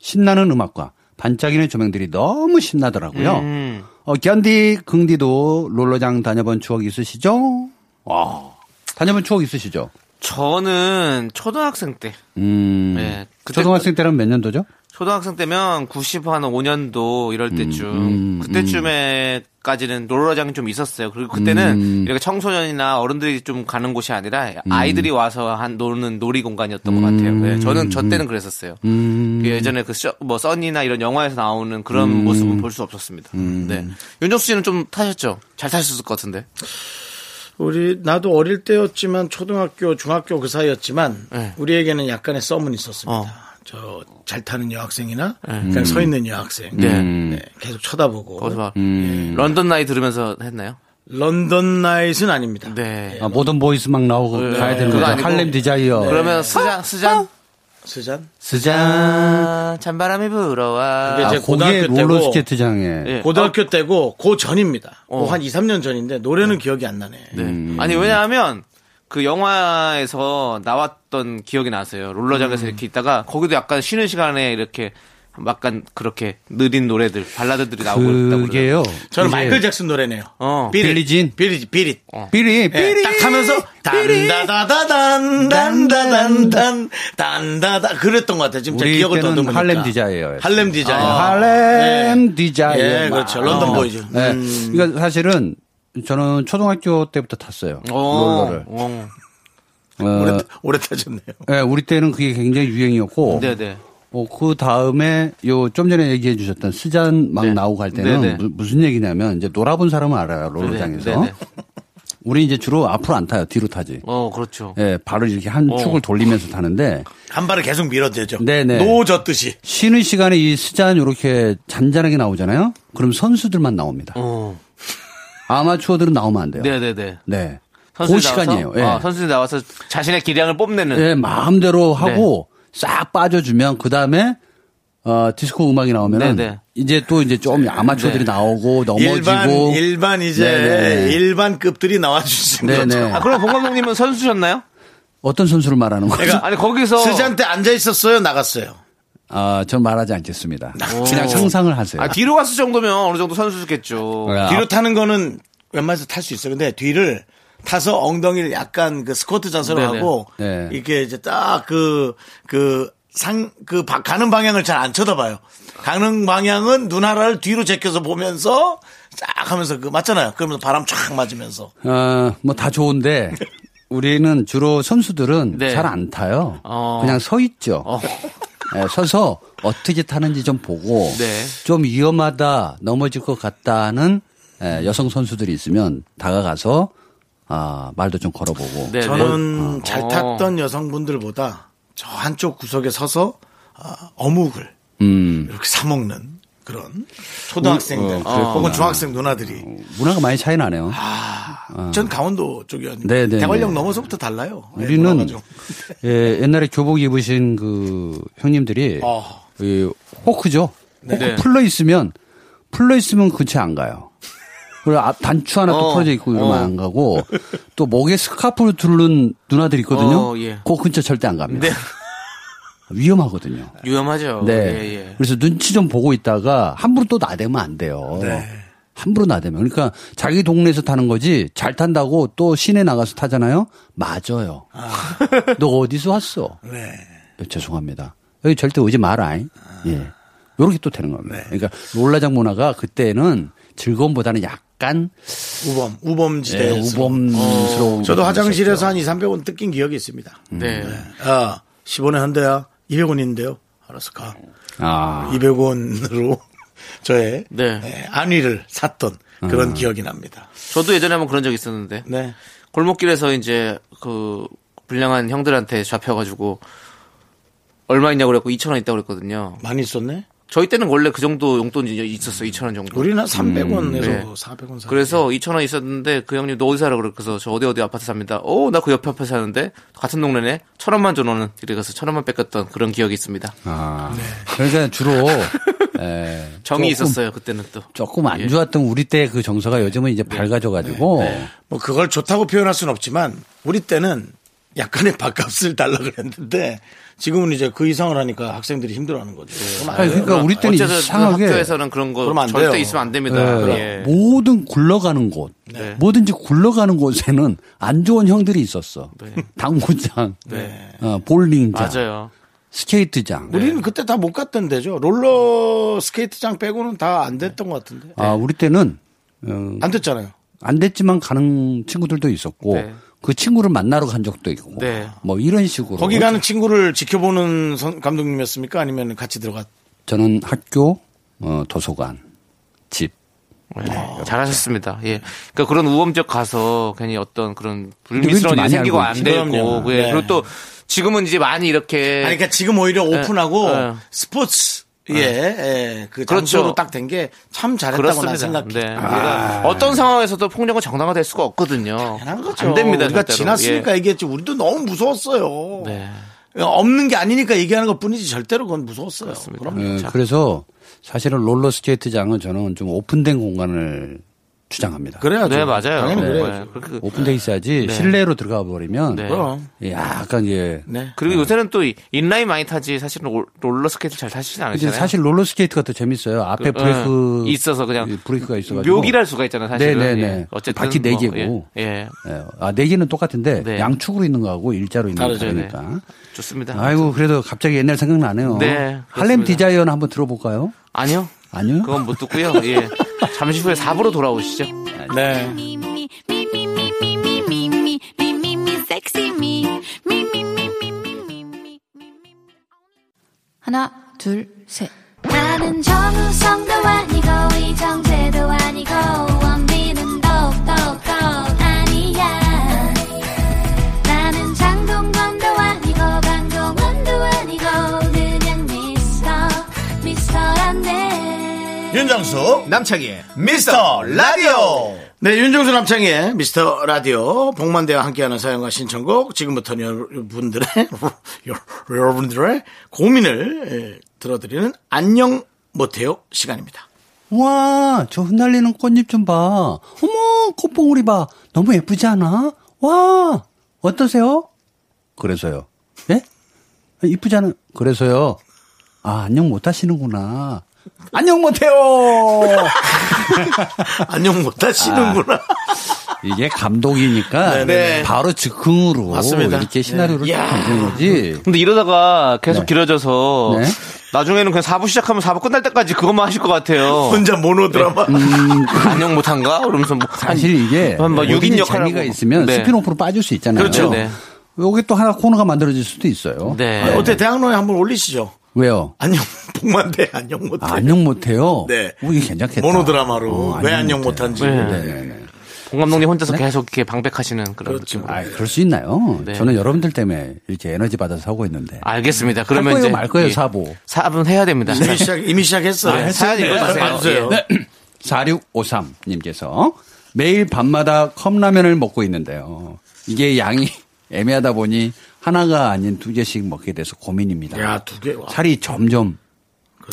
[SPEAKER 7] 신나는 음악과 반짝이는 조명들이 너무 신나더라고요.
[SPEAKER 3] 음.
[SPEAKER 7] 어, 견디, 긍디도 롤러장 다녀본 추억 있으시죠? 와. 다녀본 추억 있으시죠?
[SPEAKER 3] 저는 초등학생 때.
[SPEAKER 7] 음.
[SPEAKER 3] 예, 그때-
[SPEAKER 7] 초등학생 때는 몇 년도죠?
[SPEAKER 3] 초등학생 때면 95년도
[SPEAKER 7] 음,
[SPEAKER 3] 이럴 때쯤 그때쯤에까지는 롤러장이 좀 있었어요. 그리고
[SPEAKER 7] 음.
[SPEAKER 3] 그때는 이렇게 청소년이나 어른들이 좀 가는 곳이 아니라 아이들이 와서 한 노는 놀이 공간이었던 것
[SPEAKER 7] 음.
[SPEAKER 3] 같아요. 예, 저는 저 때는 그랬었어요. 그 예전에 그뭐 써니나 이런 영화에서 나오는 그런
[SPEAKER 7] 음.
[SPEAKER 3] 모습은 볼 수 없었습니다. 네, 윤정수 씨는 좀 타셨죠? 잘 타셨을 것 같은데.
[SPEAKER 2] 우리 나도 어릴 때였지만 초등학교, 중학교 그 사이였지만
[SPEAKER 3] 네.
[SPEAKER 2] 우리에게는 약간의 썸은 있었습니다.
[SPEAKER 3] 어.
[SPEAKER 2] 저 잘 타는 여학생이나
[SPEAKER 7] 음.
[SPEAKER 2] 그냥 서 있는 여학생
[SPEAKER 3] 네.
[SPEAKER 2] 네, 계속 쳐다보고
[SPEAKER 3] 거기서 막
[SPEAKER 7] 음.
[SPEAKER 3] 런던 나이 들으면서 했나요?
[SPEAKER 2] 런던 나잇은 아닙니다.
[SPEAKER 3] 네.
[SPEAKER 7] 아, 모던 보이스 막 나오고 가야 되는
[SPEAKER 3] 그거
[SPEAKER 7] 거죠.
[SPEAKER 3] 아니고-
[SPEAKER 7] 할렘 디자이어.
[SPEAKER 3] 그러면 스잔 스잔
[SPEAKER 2] 스잔
[SPEAKER 7] 스잔.
[SPEAKER 3] 아, 찬바람이 불어와.
[SPEAKER 2] 근데
[SPEAKER 7] 아,
[SPEAKER 2] 이제
[SPEAKER 7] 고게
[SPEAKER 2] 고등학교 때고
[SPEAKER 7] 롤러스케이트장에.
[SPEAKER 3] 예.
[SPEAKER 2] 고등학교 때고 고 전입니다. 뭐 한 2, 3년 전인데 노래는 기억이 안 나네.
[SPEAKER 3] 어. 네.
[SPEAKER 7] 음,
[SPEAKER 3] 아니 왜냐하면 그 영화에서 나왔던 기억이 나세요. 롤러장에서
[SPEAKER 7] 음.
[SPEAKER 3] 이렇게 있다가 거기도 약간 쉬는 시간에 이렇게 약간 그렇게 느린 노래들 발라드들이 나오고 있다고 그래요.
[SPEAKER 7] 그게요.
[SPEAKER 2] 저는
[SPEAKER 7] 이제
[SPEAKER 2] 마이클 잭슨 노래네요.
[SPEAKER 3] 어.
[SPEAKER 2] Beat It.
[SPEAKER 7] 빌리진?
[SPEAKER 2] Beat It, Beat It.
[SPEAKER 7] 삐리
[SPEAKER 2] 예,
[SPEAKER 7] 삐리
[SPEAKER 2] 딱 하면서 단다다다단 단다단단 단다다 그랬던 것 같아요. 지금 제가
[SPEAKER 7] 우리
[SPEAKER 2] 기억을
[SPEAKER 7] 때는
[SPEAKER 2] 더듬으니까
[SPEAKER 7] 할렘 디자이어예요. 아.
[SPEAKER 2] 할렘 디자이어.
[SPEAKER 7] 네, 할렘
[SPEAKER 2] 예.
[SPEAKER 7] 디자이어.
[SPEAKER 2] 예, 그렇죠. 런던
[SPEAKER 7] 어.
[SPEAKER 2] 보이즈.
[SPEAKER 7] 네.
[SPEAKER 2] 음.
[SPEAKER 7] 그러니까 사실은 저는 초등학교 때부터 탔어요. 롤러를.
[SPEAKER 3] 어.
[SPEAKER 7] 어,
[SPEAKER 2] 오래 오래 타셨네요.
[SPEAKER 7] 예, 우리 때는 그게 굉장히 유행이었고.
[SPEAKER 3] 네네.
[SPEAKER 7] 어, 그 다음에 요 좀 전에 얘기해 주셨던 스잔 막
[SPEAKER 3] 네.
[SPEAKER 7] 나오고 할 때는
[SPEAKER 3] 네네.
[SPEAKER 7] 무- 무슨 얘기냐면 이제 놀아본 사람은 알아요 롤러장에서.
[SPEAKER 3] 네네.
[SPEAKER 7] 우리 이제 주로 앞으로 안 타요 뒤로 타지.
[SPEAKER 3] 어 그렇죠.
[SPEAKER 7] 예, 바로 이렇게 한
[SPEAKER 3] 어.
[SPEAKER 7] 축을 돌리면서 타는데
[SPEAKER 2] 한 발을 계속 밀어대죠.
[SPEAKER 7] 네네.
[SPEAKER 2] 노젓듯이.
[SPEAKER 7] 쉬는 시간에 이 스잔 이렇게 잔잔하게 나오잖아요. 그럼 선수들만 나옵니다.
[SPEAKER 3] 어.
[SPEAKER 7] 아마추어들은 나오면 안 돼요. 네.
[SPEAKER 3] 네네네.
[SPEAKER 7] 그
[SPEAKER 3] 선수들이
[SPEAKER 7] 시간이에요.
[SPEAKER 3] 나와서-
[SPEAKER 7] 예.
[SPEAKER 3] 어, 선수들이 나와서 자신의 기량을 뽐내는.
[SPEAKER 7] 예, 마음대로 하고
[SPEAKER 3] 네.
[SPEAKER 7] 싹 빠져주면 그 다음에 어, 디스코 음악이 나오면
[SPEAKER 3] 네, 네.
[SPEAKER 7] 이제 또 이제 좀 아마추어들이
[SPEAKER 3] 네.
[SPEAKER 7] 나오고 넘어지고
[SPEAKER 2] 일반 일반 이제
[SPEAKER 7] 네네.
[SPEAKER 2] 일반급들이 나와주신
[SPEAKER 7] 네네.
[SPEAKER 2] 거죠.
[SPEAKER 3] 아 그럼 봉 감독님은 선수셨나요?
[SPEAKER 7] 어떤 선수를 말하는 거죠?
[SPEAKER 2] 내가
[SPEAKER 3] 아니 거기서
[SPEAKER 2] 스잔 때 앉아 있었어요. 나갔어요.
[SPEAKER 7] 아, 저는 말하지 않겠습니다. 그냥 상상을 하세요.
[SPEAKER 3] 아, 뒤로 갔을 정도면 어느 정도 선수겠죠. 네,
[SPEAKER 7] 아,
[SPEAKER 2] 뒤로 타는 거는 웬만해서 탈 수 있어요. 근데 뒤를 타서 엉덩이를 약간 그 스쿼트 자세로
[SPEAKER 3] 네네.
[SPEAKER 2] 하고
[SPEAKER 7] 네.
[SPEAKER 2] 이렇게 이제 딱 그 그 상, 그, 바- 가는 방향을 잘 안 쳐다봐요. 가는 방향은 눈 하나를 뒤로 제껴서 보면서 쫙 하면서 그, 맞잖아요. 그러면서 바람 쫙 맞으면서.
[SPEAKER 7] 어, 뭐 다 좋은데 우리는 주로 선수들은
[SPEAKER 3] 네.
[SPEAKER 7] 잘 안 타요.
[SPEAKER 3] 어.
[SPEAKER 7] 그냥 서 있죠. 예, 서서 어떻게 타는지 좀 보고
[SPEAKER 3] 네.
[SPEAKER 7] 좀 위험하다 넘어질 것 같다는 예, 여성 선수들이 있으면 다가가서 아, 말도 좀 걸어보고
[SPEAKER 3] 네,
[SPEAKER 7] 아,
[SPEAKER 2] 저는 잘
[SPEAKER 3] 어.
[SPEAKER 2] 탔던 여성분들보다 저 한쪽 구석에 서서 아, 어묵을
[SPEAKER 7] 음,
[SPEAKER 2] 이렇게 사먹는 그런 초등학생들
[SPEAKER 7] 어, 그랬구나.
[SPEAKER 2] 혹은 중학생 누나들이
[SPEAKER 7] 문화가 많이 차이 나네요.
[SPEAKER 2] 전 강원도 쪽이었는데
[SPEAKER 7] 어. 네, 네,
[SPEAKER 2] 대관령
[SPEAKER 7] 네.
[SPEAKER 2] 넘어서부터 달라요. 네,
[SPEAKER 7] 우리는
[SPEAKER 2] 문화가 좀.
[SPEAKER 7] 예, 옛날에 교복 입으신 그 형님들이
[SPEAKER 2] 어.
[SPEAKER 7] 이 호크죠. 호크
[SPEAKER 3] 아. 네.
[SPEAKER 7] 풀러 있으면 풀러 있으면 근처에 안 가요. 그리고 앞 단추 하나 또
[SPEAKER 3] 어.
[SPEAKER 7] 풀어져 있고 이러면
[SPEAKER 3] 어.
[SPEAKER 7] 안 가고 또 목에 스카프를 두른 누나들 있거든요.
[SPEAKER 3] 어, 예.
[SPEAKER 7] 그 근처 절대 안 갑니다.
[SPEAKER 3] 네.
[SPEAKER 7] 위험하거든요.
[SPEAKER 3] 위험하죠.
[SPEAKER 7] 네.
[SPEAKER 3] 예, 예.
[SPEAKER 7] 그래서 눈치 좀 보고 있다가 함부로 또 나대면 안 돼요. 함부로 나대면. 그러니까 자기 동네에서 타는 거지 잘 탄다고 또 시내 나가서 타잖아요. 맞아요. [LAUGHS] 너 어디서 왔어?
[SPEAKER 2] 네.
[SPEAKER 7] 예, 죄송합니다. 여기 절대 오지 마라잉. 예. 요렇게 또 되는 겁니다. 그러니까 롤라장 문화가 그때는 즐거움보다는 약간
[SPEAKER 2] 우범 우범지대
[SPEAKER 7] 예, 우범스러운.
[SPEAKER 2] 네, 그렇죠. 어. 저도
[SPEAKER 7] 것도
[SPEAKER 2] 화장실에서
[SPEAKER 7] 있었죠.
[SPEAKER 2] 한 2, 300원 뜯긴 기억이 있습니다.
[SPEAKER 3] 네.
[SPEAKER 7] 음,
[SPEAKER 2] 아, 10원에 한대야 200원인데요. 알았어 가.
[SPEAKER 7] 아.
[SPEAKER 2] 200원으로 [LAUGHS] 저의
[SPEAKER 3] 네.
[SPEAKER 2] 예, 안위를 샀던
[SPEAKER 7] 아.
[SPEAKER 2] 그런 기억이 납니다.
[SPEAKER 3] 저도 예전에 한번 그런 적 있었는데.
[SPEAKER 2] 네.
[SPEAKER 3] 골목길에서 이제 그 불량한 형들한테 잡혀가지고 얼마 있냐고 그랬고 2천 원 있다고 그랬거든요.
[SPEAKER 2] 많이 있었네.
[SPEAKER 3] 저희 때는 원래 그 정도 용돈이 있었어 2천 원 정도.
[SPEAKER 2] 우리는
[SPEAKER 7] 음,
[SPEAKER 2] 300원에서
[SPEAKER 3] 네.
[SPEAKER 2] 400원 사.
[SPEAKER 3] 그래서 2천 원 있었는데 그 형님 너 어디 살아 그래서 저 어디 어디 아파트 삽니다. 오 나 그 옆에 아파트 사는데 같은 동네네 천 원만 줘놓는 이래가서 천 원만 뺏겼던 그런 기억이 있습니다.
[SPEAKER 7] 아. 그러니까 주로 에,
[SPEAKER 3] 정이
[SPEAKER 7] 조금
[SPEAKER 3] 있었어요 그때는 또.
[SPEAKER 7] 조금
[SPEAKER 3] 예.
[SPEAKER 7] 안 좋았던 우리 때 그 정서가 요즘은 이제 밝아져가지고
[SPEAKER 2] 뭐 그걸 좋다고 표현할 수는 없지만 우리 때는 약간의 밥값을 달라 그랬는데 지금은 이제 그 이상을 하니까 학생들이 힘들어하는 거죠.
[SPEAKER 3] 네.
[SPEAKER 2] 그럼 안
[SPEAKER 7] 아니,
[SPEAKER 2] 돼요.
[SPEAKER 7] 그러니까 우리 때는
[SPEAKER 3] 어쨌든
[SPEAKER 7] 이상하게
[SPEAKER 3] 학교에서는 그런 거
[SPEAKER 2] 그러면 안
[SPEAKER 3] 절대
[SPEAKER 2] 돼요.
[SPEAKER 3] 있으면 안 됩니다.
[SPEAKER 7] 예,
[SPEAKER 3] 예.
[SPEAKER 7] 모든 굴러가는 곳,
[SPEAKER 3] 네.
[SPEAKER 7] 뭐든지 굴러가는 곳에는 안 좋은 형들이 있었어. 당구장, 어, 볼링장,
[SPEAKER 3] 네. 맞아요.
[SPEAKER 7] 스케이트장.
[SPEAKER 3] 네.
[SPEAKER 2] 우리는 그때 다 못 갔던 데죠. 롤러 스케이트장 빼고는 다 안 됐던 것 같은데.
[SPEAKER 7] 아, 우리 때는 어,
[SPEAKER 2] 안 됐잖아요.
[SPEAKER 7] 안 됐지만 가는 친구들도 있었고
[SPEAKER 3] 네.
[SPEAKER 7] 그 친구를 만나러 간 적도 있고
[SPEAKER 3] 네.
[SPEAKER 7] 뭐 이런 식으로
[SPEAKER 2] 거기 가는 친구를 지켜보는 선- 감독님이었습니까? 아니면 같이 들어갔?
[SPEAKER 7] 저는 학교, 어, 도서관, 집
[SPEAKER 3] 네, 잘하셨습니다. 예. 그러니까 그런 우범적 가서 괜히 어떤 그런
[SPEAKER 7] 누군지
[SPEAKER 3] 불미스러운 일이
[SPEAKER 7] 많이
[SPEAKER 3] 생기고
[SPEAKER 7] 알고
[SPEAKER 3] 안
[SPEAKER 2] 있죠.
[SPEAKER 3] 되고
[SPEAKER 2] 그럼요.
[SPEAKER 3] 예.
[SPEAKER 2] 네.
[SPEAKER 3] 그리고 또 지금은 이제 많이 이렇게
[SPEAKER 2] 아니, 그러니까 지금 오히려 오픈하고
[SPEAKER 3] 네.
[SPEAKER 2] 스포츠 예, 예, 그
[SPEAKER 3] 그렇죠.
[SPEAKER 2] 장소로 딱 된 게 참 잘했다고 난
[SPEAKER 3] 그렇습니다.
[SPEAKER 2] 생각해. 아.
[SPEAKER 3] 네. 우리가 어떤 상황에서도 폭력은 정당화될 수가 없거든요.
[SPEAKER 2] 한 거죠.
[SPEAKER 3] 안 됩니다.
[SPEAKER 2] 우리가
[SPEAKER 3] 절대로.
[SPEAKER 2] 지났으니까
[SPEAKER 3] 예.
[SPEAKER 2] 얘기했지. 우리도 너무 무서웠어요.
[SPEAKER 3] 네.
[SPEAKER 2] 없는 게 아니니까 얘기하는 것 뿐이지 절대로 그건 무서웠어요. 그럼요
[SPEAKER 7] 예, 그래서 사실은 롤러스케이트장은 저는 좀 오픈된 공간을 주장합니다.
[SPEAKER 2] 그래야죠.
[SPEAKER 3] 네, 맞아요.
[SPEAKER 2] 당연히
[SPEAKER 3] 네.
[SPEAKER 2] 그래야죠.
[SPEAKER 3] 네. 그렇게-
[SPEAKER 7] 오픈돼 있어야지 실내로 들어가 버리면
[SPEAKER 3] 네.
[SPEAKER 2] 그럼.
[SPEAKER 7] 예, 약간 이제
[SPEAKER 2] 네.
[SPEAKER 3] 그리고 요새는 또 이- 인라인 많이 타지 사실은 올- 롤러스케이트 잘 타시진
[SPEAKER 7] 근데
[SPEAKER 3] 않으시잖아요.
[SPEAKER 7] 사실 롤러스케이트가 더 재밌어요. 앞에
[SPEAKER 3] 그-
[SPEAKER 7] 브레이크
[SPEAKER 3] 예, 있어서 그냥
[SPEAKER 7] 이 브레이크가 있어가지고
[SPEAKER 3] 묘기랄 수가 있잖아요. 사실은.
[SPEAKER 7] 네, 네,
[SPEAKER 3] 예.
[SPEAKER 7] 네.
[SPEAKER 3] 어쨌든
[SPEAKER 7] 바퀴 네
[SPEAKER 3] 뭐,
[SPEAKER 7] 개고.
[SPEAKER 3] 예. 예.
[SPEAKER 7] 예, 아, 네 개는 똑같은데
[SPEAKER 3] 네.
[SPEAKER 7] 양축으로 있는 거하고 일자로 있는 거
[SPEAKER 3] 다르죠, 네.
[SPEAKER 7] 다르니까.
[SPEAKER 3] 좋습니다.
[SPEAKER 7] 아이고 그래도 갑자기 옛날 생각나네요.
[SPEAKER 3] 네,
[SPEAKER 7] 할렘
[SPEAKER 3] 그렇습니다.
[SPEAKER 7] 디자이어는 한번 들어볼까요?
[SPEAKER 3] 아니요.
[SPEAKER 7] 아니요.
[SPEAKER 3] 그건 못 듣고요. 예. 잠시 후에 4부로 돌아오시죠.
[SPEAKER 2] 네.
[SPEAKER 8] 하나, 둘, 셋.
[SPEAKER 4] 나는 정우성도 아니고 이정재도 아니고 원빈은 더욱더 아니야 나는 장동건도 아니고 강동원도 아니고 그냥 미스터 미스터란데
[SPEAKER 6] 윤정수 남창희의 미스터 라디오
[SPEAKER 2] 네, 윤종수 남창의 미스터 라디오 복만대와 함께하는 사연과 신청곡 지금부터는 여러분들의 [LAUGHS] 여러분들의 고민을 예, 들어드리는 안녕 못해요 시간입니다.
[SPEAKER 7] 와, 저 흩날리는 꽃잎 좀 봐. 어머, 꽃봉오리 봐. 너무 예쁘지 않아? 와, 어떠세요? 그래서요. 예? 이쁘지 않아? 그래서요. 아, 안녕 못 하시는구나. 안녕 [LAUGHS] 못해요!
[SPEAKER 2] 안녕 못 하시는구나.
[SPEAKER 7] 이게 감독이니까
[SPEAKER 2] 네네.
[SPEAKER 7] 바로 즉흥으로
[SPEAKER 2] 맞습니다.
[SPEAKER 7] 이렇게 시나리오를
[SPEAKER 2] 네.
[SPEAKER 7] 네. 만든 거지.
[SPEAKER 3] 근데 이러다가 계속 길어져서
[SPEAKER 7] 네.
[SPEAKER 3] 나중에는 그냥 4부 시작하면 4부 끝날 때까지 그것만 하실 것 같아요.
[SPEAKER 2] 혼자 모노드라마.
[SPEAKER 3] [LAUGHS] 안녕 못한가? 그러면서 뭐
[SPEAKER 7] 사실 이게
[SPEAKER 3] 한막뭐
[SPEAKER 7] 어디든지
[SPEAKER 3] 육인 역할하고.
[SPEAKER 7] 재미가 있으면
[SPEAKER 3] 네.
[SPEAKER 7] 스피노프로 빠질 수 있잖아요.
[SPEAKER 3] 그렇죠. 네.
[SPEAKER 7] 여기 또 하나 코너가 만들어질 수도 있어요.
[SPEAKER 3] 네.
[SPEAKER 2] 아, 어때 대학로에 한번 올리시죠.
[SPEAKER 7] 왜요?
[SPEAKER 2] 안녕 복만 돼 네, 안녕 못해.
[SPEAKER 7] 아, 안녕 못해요.
[SPEAKER 2] [LAUGHS] 네.
[SPEAKER 7] 오, 이게 괜찮겠다.
[SPEAKER 2] 모노드라마로
[SPEAKER 7] 어,
[SPEAKER 2] 왜 안녕 못한지.
[SPEAKER 3] 네.
[SPEAKER 7] 네네네.
[SPEAKER 3] 봉 감독님 혼자서 계속 이렇게 방백하시는 그런
[SPEAKER 2] 그렇죠.
[SPEAKER 3] 느낌으로.
[SPEAKER 7] 아, 네? 그럴 수 있나요?
[SPEAKER 3] 네.
[SPEAKER 7] 저는 여러분들 때문에 이렇게 에너지 받아서 하고 있는데. [CLEARS THROAT]
[SPEAKER 3] 알겠습니다.
[SPEAKER 7] 할
[SPEAKER 3] 그러면
[SPEAKER 7] 거예요,
[SPEAKER 3] 이제
[SPEAKER 7] 말 거예요,
[SPEAKER 3] 예.
[SPEAKER 7] 사보.
[SPEAKER 3] 사부는 해야 됩니다.
[SPEAKER 2] 네, 이미 시작 이미 시작했어요.
[SPEAKER 3] 아, 사연 읽어주세요.
[SPEAKER 7] 네.
[SPEAKER 2] 봐주세요.
[SPEAKER 3] 예.
[SPEAKER 7] 4653님께서 매일 밤마다 컵라면을 먹고 있는데요. 이게 양이 [LAUGHS] 애매하다 보니 하나가 아닌 두 개씩 먹게 돼서 고민입니다.
[SPEAKER 2] 야, 두 개. 와.
[SPEAKER 7] 살이 점점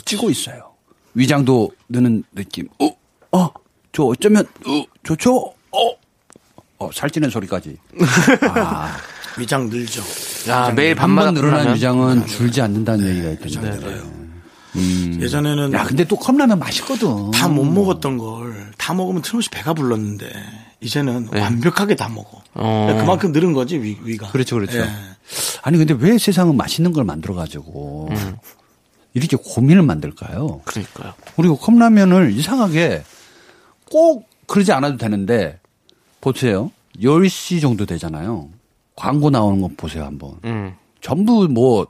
[SPEAKER 7] 찌고 있어요. 위장도 느는 느낌. 어, 어, 저 어쩌면, 어, 좋죠? 어, 어, 살찌는 소리까지.
[SPEAKER 2] 위장 늘죠.
[SPEAKER 3] 아, 매일
[SPEAKER 7] 한
[SPEAKER 3] 밤마다
[SPEAKER 7] 번 늘어난
[SPEAKER 3] 그러면 네.
[SPEAKER 7] 위장은 줄지 않는다는 얘기가 있던데.
[SPEAKER 2] 예전에는
[SPEAKER 7] 야, 근데 또 컵라면 맛있거든.
[SPEAKER 2] 다
[SPEAKER 3] 음.
[SPEAKER 2] 못 먹었던 걸 다 먹으면 틀림없이 배가 불렀는데 이제는 완벽하게 다 먹어.
[SPEAKER 3] 네. 어.
[SPEAKER 2] 그만큼 늘은 거지 위, 가 예.
[SPEAKER 7] 그렇죠, 그렇죠. 아니 근데 왜 세상은 맛있는 걸 만들어 가지고
[SPEAKER 3] 음.
[SPEAKER 7] 이렇게 고민을 만들까요?
[SPEAKER 3] 그러니까요.
[SPEAKER 7] 그리고 컵라면을 이상하게 꼭 그러지 않아도 되는데 보세요. 10시 정도 되잖아요. 광고 나오는 거 보세요, 한번.
[SPEAKER 3] 음.
[SPEAKER 7] 전부 뭐